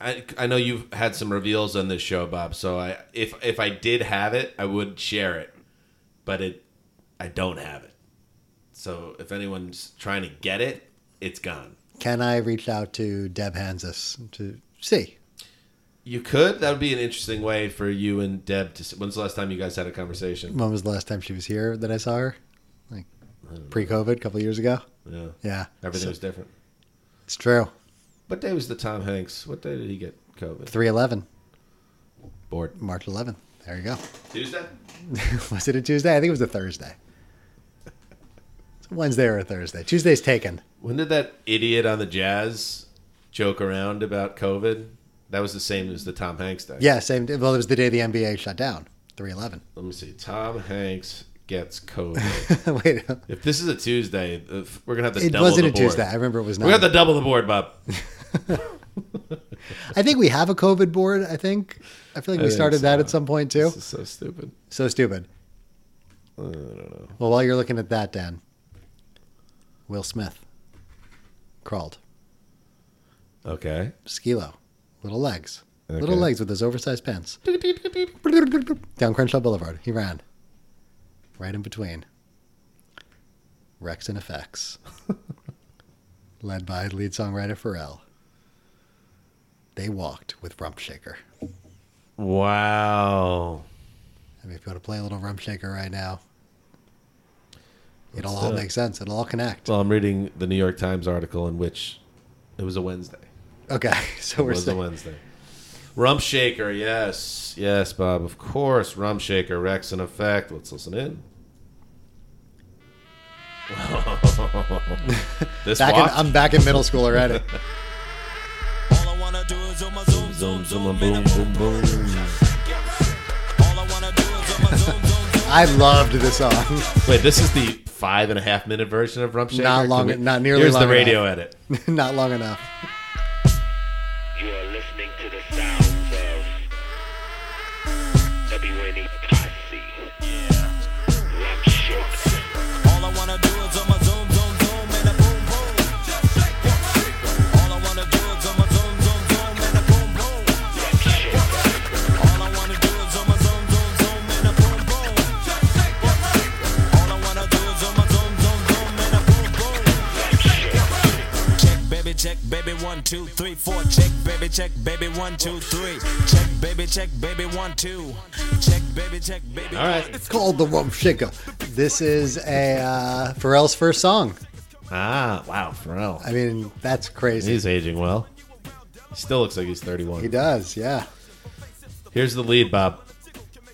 Speaker 2: I, I know you've had some reveals on this show, Bob. So I if if I did have it, I would share it. But it, I don't have it. So if anyone's trying to get it, it's gone.
Speaker 3: can I reach out to Deb Hansis to see?
Speaker 2: You could. That would be an interesting way for you and Deb to. When's the last time you guys had a conversation?
Speaker 3: When was the last time she was here that I saw her? Like pre COVID, a couple years ago?
Speaker 2: Yeah,
Speaker 3: Yeah.
Speaker 2: Uh, everything
Speaker 3: So-
Speaker 2: was different.
Speaker 3: It's true.
Speaker 2: What day was the Tom Hanks? What day did he get COVID?
Speaker 3: 311,
Speaker 2: Bored.
Speaker 3: March 11th. There you go. <laughs>
Speaker 2: Tuesday.
Speaker 3: was it a Tuesday? I think it was a Thursday. It's a Wednesday or a Thursday. Tuesday's taken.
Speaker 2: When did that idiot on the Jazz joke around about COVID? That was the same as the Tom Hanks day.
Speaker 3: Yeah, same. Well, it was the day the NBA shut down. 311.
Speaker 2: Let me see. Tom Hanks gets COVID.
Speaker 3: <laughs> Wait,
Speaker 2: if this is a Tuesday, if- we're gonna have to.
Speaker 3: it
Speaker 2: double
Speaker 3: wasn't
Speaker 2: the
Speaker 3: a
Speaker 2: board.
Speaker 3: Tuesday. I remember it was
Speaker 2: We're gonna
Speaker 3: not.
Speaker 2: have to double the board, Bob.
Speaker 3: I think we have a COVID board, I think. I feel like we
Speaker 2: think
Speaker 3: started that
Speaker 2: so.
Speaker 3: at some point too.
Speaker 2: This is so stupid.
Speaker 3: So stupid. I don't know. Well, while you're looking at that, Dan, Will Smith crawled.
Speaker 2: Okay.
Speaker 3: Skilo. Little legs. Little
Speaker 2: Okay.
Speaker 3: legs with his oversized pants. Down Crenshaw Boulevard. He ran. Right in between. Rex and <laughs> Effects. Led by lead songwriter Pharrell. They walked with Rump Shaker.
Speaker 2: Wow.
Speaker 3: I mean, if you want to play a little Rump Shaker right now, it'll all make sense. It'll all connect.
Speaker 2: Well, I'm reading the New York Times article in which it was a Wednesday.
Speaker 3: okay, <laughs> so
Speaker 2: It
Speaker 3: we're
Speaker 2: was a
Speaker 3: saying,
Speaker 2: Wednesday. Rump Shaker, yes. Yes, Bob, of course. Rump Shaker, Rex in effect. Let's listen
Speaker 3: <laughs>
Speaker 2: in. this
Speaker 3: back in, um,
Speaker 2: walk?
Speaker 3: I'm back in middle school
Speaker 2: <laughs>
Speaker 3: already.
Speaker 9: All I wanna do is zoom, zoom,
Speaker 2: Zoom, zoom, and boom, boom, boom.
Speaker 9: All I wanna do is zoom, zoom, zoom.
Speaker 3: I loved this song. <laughs>
Speaker 2: Wait, this is the five and a half minute version of Rump Shaker?
Speaker 3: Not
Speaker 2: Can
Speaker 3: long-
Speaker 2: we-
Speaker 3: not nearly
Speaker 2: Here's
Speaker 3: long
Speaker 2: the radio edit.
Speaker 3: Not long enough.
Speaker 10: You are listening to the sounds of WNE Posse. Rock shit.
Speaker 9: All I wanna do is zoom, zoom, zoom, zoom, and a boom, boom. All I wanna do is zoom, zoom, zoom, zoom, and a boom, boom. All I wanna do is zoom, zoom, zoom, zoom, and a boom, boom. check, baby, one, two, three, four. Check, baby, check, baby, one, two, three. Check, baby, check, baby, one, two. Check, baby, check, baby.
Speaker 2: All
Speaker 3: <laughs>
Speaker 2: right.
Speaker 3: It's called the Rump Shaker. This is a uh, Pharrell's first song.
Speaker 2: Ah, wow, Pharrell.
Speaker 3: I mean, that's crazy.
Speaker 2: He's aging well. He still looks like he's 31.
Speaker 3: he does, yeah.
Speaker 2: Here's the lead, Bob.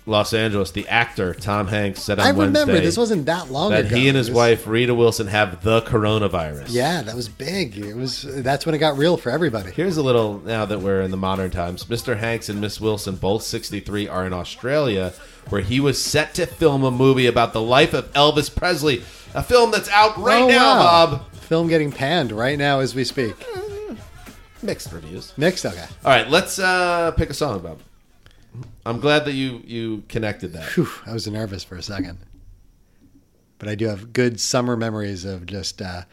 Speaker 2: Los Angeles, the actor Tom Hanks said on
Speaker 3: I remember
Speaker 2: Wednesday
Speaker 3: this wasn't that long
Speaker 2: that
Speaker 3: ago.
Speaker 2: he and his
Speaker 3: It was-
Speaker 2: wife Rita Wilson have the coronavirus.
Speaker 3: Yeah, that was big. It was that's when it got real for everybody.
Speaker 2: Here's a little now that we're in the modern times. Mr. Hanks and Miss Wilson, both 63, are in Australia, where he was set to film a movie about the life of Elvis Presley, a film that's out right
Speaker 3: Oh,
Speaker 2: now,
Speaker 3: wow.
Speaker 2: Bob.
Speaker 3: Film getting panned right now as we speak.
Speaker 2: Mixed reviews.
Speaker 3: Mixed okay.
Speaker 2: All right, let's uh, pick a song, Bob. I'm glad that you you connected that.
Speaker 3: Phew, I was nervous for a second. But I do have good summer memories of just uh,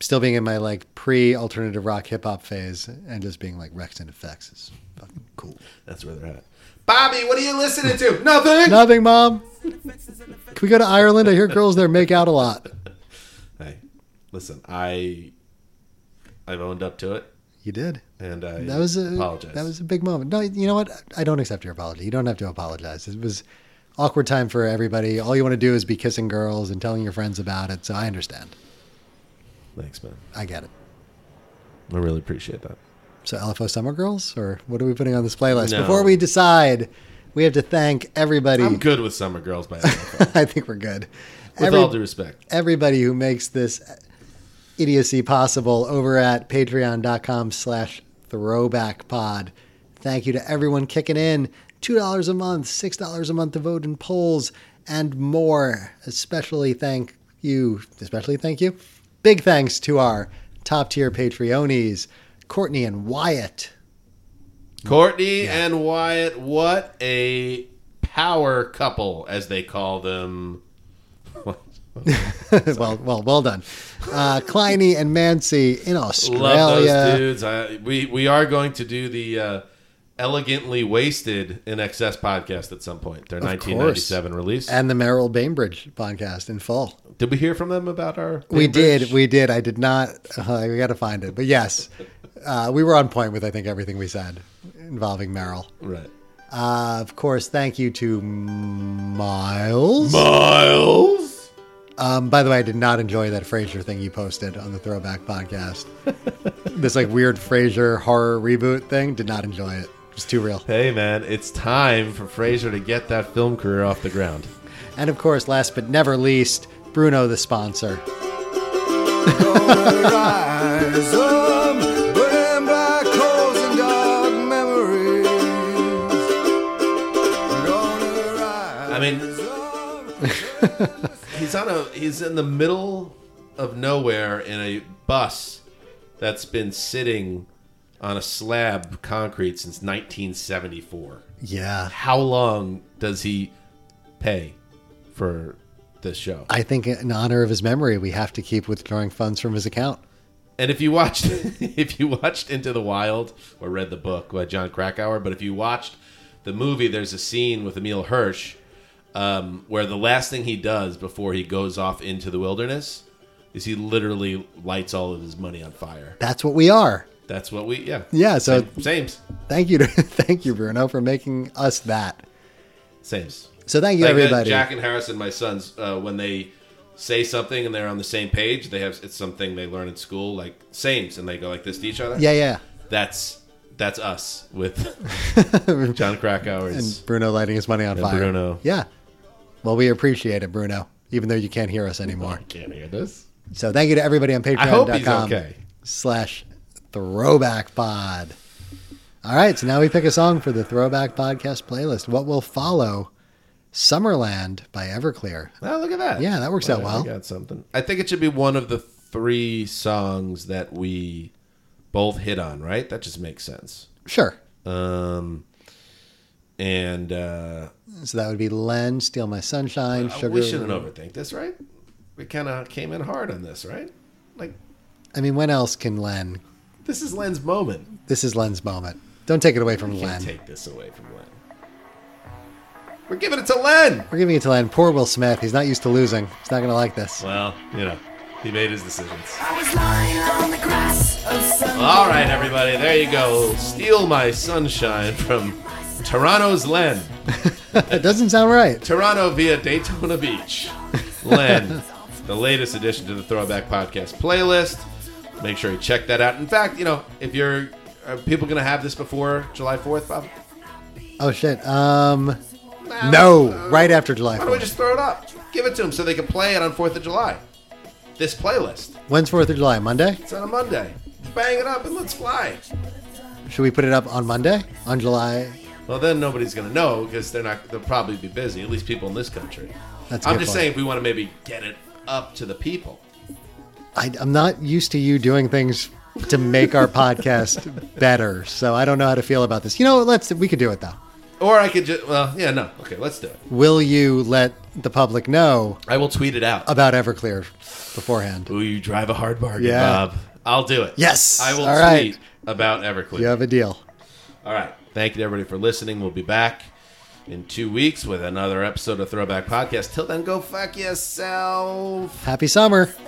Speaker 3: still being in my like pre alternative rock hip hop phase and just being like Rex and Effects is fucking
Speaker 2: <laughs>
Speaker 3: cool.
Speaker 2: That's where they're at. Bobby, what are you listening to? Nothing. <laughs>
Speaker 3: Nothing, mom. Can we go to Ireland? I hear girls there make out a lot.
Speaker 2: Hey, listen, I I've owned up to it,
Speaker 3: You did.
Speaker 2: and I
Speaker 3: That was a
Speaker 2: apologize.
Speaker 3: that was a big moment. No, you know what? I don't accept your apology. You don't have to apologize. It was awkward time for everybody. All you want to do is be kissing girls and telling your friends about it. So I understand.
Speaker 2: thanks, man.
Speaker 3: I get it.
Speaker 2: I really appreciate that.
Speaker 3: So LFO Summer Girls, or what are we putting on this playlist?
Speaker 2: No.
Speaker 3: Before we decide, we have to thank everybody.
Speaker 2: I'm good with Summer Girls by LFO.
Speaker 3: <laughs> I think we're good.
Speaker 2: With
Speaker 3: Every-
Speaker 2: all due respect,
Speaker 3: everybody who makes this idiocy possible over at patreon.com slash throwback pod thank you to everyone kicking in $2 a month $6 a month to vote in polls and more especially thank you especially thank you big thanks to our top tier patreonies courtney and wyatt
Speaker 2: Courtney and Wyatt, what a power couple, as they call them.
Speaker 3: <laughs> well well well done uh, Kleiny and Mancy in Australia.
Speaker 2: Love those dudes. I, we we are going to do the uh, elegantly wasted in excess podcast at some point. Their 1997 release.
Speaker 3: And the Merrill Bainbridge podcast in full.
Speaker 2: did we hear from them about our?
Speaker 3: We did.
Speaker 2: Bainbridge?
Speaker 3: We did. I did not. Uh, we got to find it. But yes, uh, we were on point with, I think, everything we said involving Merrill.
Speaker 2: right.
Speaker 3: Uh, of course, thank you to Miles.
Speaker 2: Miles.
Speaker 3: Um, by the way, I did not enjoy that Frasier thing you posted on the Throwback
Speaker 2: <laughs>
Speaker 3: podcast. this like weird Frasier horror reboot thing. Did not enjoy it. It was too real.
Speaker 2: Hey man, it's time for Fraser to get that film career off the ground.
Speaker 3: And of course, last but never least, Bruno, the sponsor.
Speaker 5: rise up, burning black holes and dark memories. Gonna rise
Speaker 2: I mean, he's on a he's in the middle of nowhere in a bus that's been sitting on a slab of concrete since 1974.
Speaker 3: Yeah.
Speaker 2: How long does he pay for this show?
Speaker 3: I think in honor of his memory, we have to keep withdrawing funds from his account.
Speaker 2: And if you watched, <laughs> if you watched Into the Wild or read the book by John Krakauer, but if you watched the movie, there's a scene with Emil Hirsch um, where the last thing he does before he goes off into the wilderness is he literally lights all of his money on fire.
Speaker 3: That's what we are.
Speaker 2: That's what we, yeah,
Speaker 3: Yeah, so-
Speaker 2: same, sames,
Speaker 3: Thank you, to, <laughs> thank you, Bruno, for making us that.
Speaker 2: sames.
Speaker 3: So thank you,
Speaker 2: Like, uh,
Speaker 3: everybody.
Speaker 2: Jack and Harrison, my sons, uh, when they say something and they're on the same page, they have it's something they learn in school, like sames, and they go like this to each other.
Speaker 3: yeah, yeah.
Speaker 2: that's that's us with
Speaker 3: <laughs>
Speaker 2: John Krakauer's.
Speaker 3: And Bruno lighting his money on fire.
Speaker 2: Bruno.
Speaker 3: Yeah. Well, we appreciate it, Bruno, even though you can't hear us anymore.
Speaker 2: can't hear this.
Speaker 3: So thank you to everybody on
Speaker 2: I hope he's
Speaker 3: patreon.com
Speaker 2: okay.
Speaker 3: slash throwback pod. All right, so now we pick a song for the throwback podcast playlist. What will follow? Summerland by Everclear.
Speaker 2: Oh, look at that.
Speaker 3: Yeah, that works out
Speaker 2: Wow,
Speaker 3: well.
Speaker 2: we got something. I think it should be one of the three songs that we both hit on. Right? That just makes sense.
Speaker 3: Sure.
Speaker 2: Um, and uh,
Speaker 3: So that would be Len, Steal My Sunshine, Sugar.
Speaker 2: we shouldn't overthink this, right? We kind of came in hard on this, right? Like
Speaker 3: I mean, when else can Len?
Speaker 2: this is Len's moment.
Speaker 3: This is Len's moment. Don't take it away from
Speaker 2: We can't
Speaker 3: Len.
Speaker 2: take this away from Len. We're giving it to Len.
Speaker 3: We're giving it to Len. Poor Will Smith. He's not used to losing. He's not going to like this.
Speaker 2: Well, you know. He made his decisions.
Speaker 6: I was lying on the grass of some.
Speaker 2: All right, everybody, there you go. Steal my sunshine from Toronto's Len.
Speaker 3: That doesn't sound right.
Speaker 2: Toronto via Daytona Beach. Len, the latest addition to the Throwback Podcast playlist. Make sure you check that out. In fact, you know, if you're are people going to have this before July 4th, Bob?
Speaker 3: Oh shit. Um, no, right after July
Speaker 2: Why don't we
Speaker 3: 4th.
Speaker 2: just throw it up? Give it to them so they can play it on 4th of July. This playlist.
Speaker 3: When's Fourth of July? Monday.
Speaker 2: It's on a Monday. Bang it up and let's fly.
Speaker 3: Should we put it up on Monday? On July?
Speaker 2: Well, then nobody's going to know because they're not. They'll probably be busy. At least people in this country.
Speaker 3: That's a
Speaker 2: I'm
Speaker 3: good
Speaker 2: just
Speaker 3: point.
Speaker 2: saying if we want to maybe get it up to the people.
Speaker 3: I, I'm not used to you doing things to make our podcast better, so I don't know how to feel about this. You know, let's we could do it though.
Speaker 2: Or I could just. Well, yeah, no. Okay, let's do it.
Speaker 3: Will you let the public know
Speaker 2: I will tweet it out.
Speaker 3: about Everclear beforehand?
Speaker 2: Ooh, you drive a hard bargain,
Speaker 3: Yeah.
Speaker 2: Bob. I'll do it.
Speaker 3: Yes.
Speaker 2: I will
Speaker 3: All
Speaker 2: tweet
Speaker 3: right.
Speaker 2: about Everclear.
Speaker 3: You have a deal.
Speaker 2: All right. Thank you to everybody for listening. We'll be back in two weeks with another episode of Throwback Podcast. Till then, go fuck yourself.
Speaker 3: Happy summer.
Speaker 7: E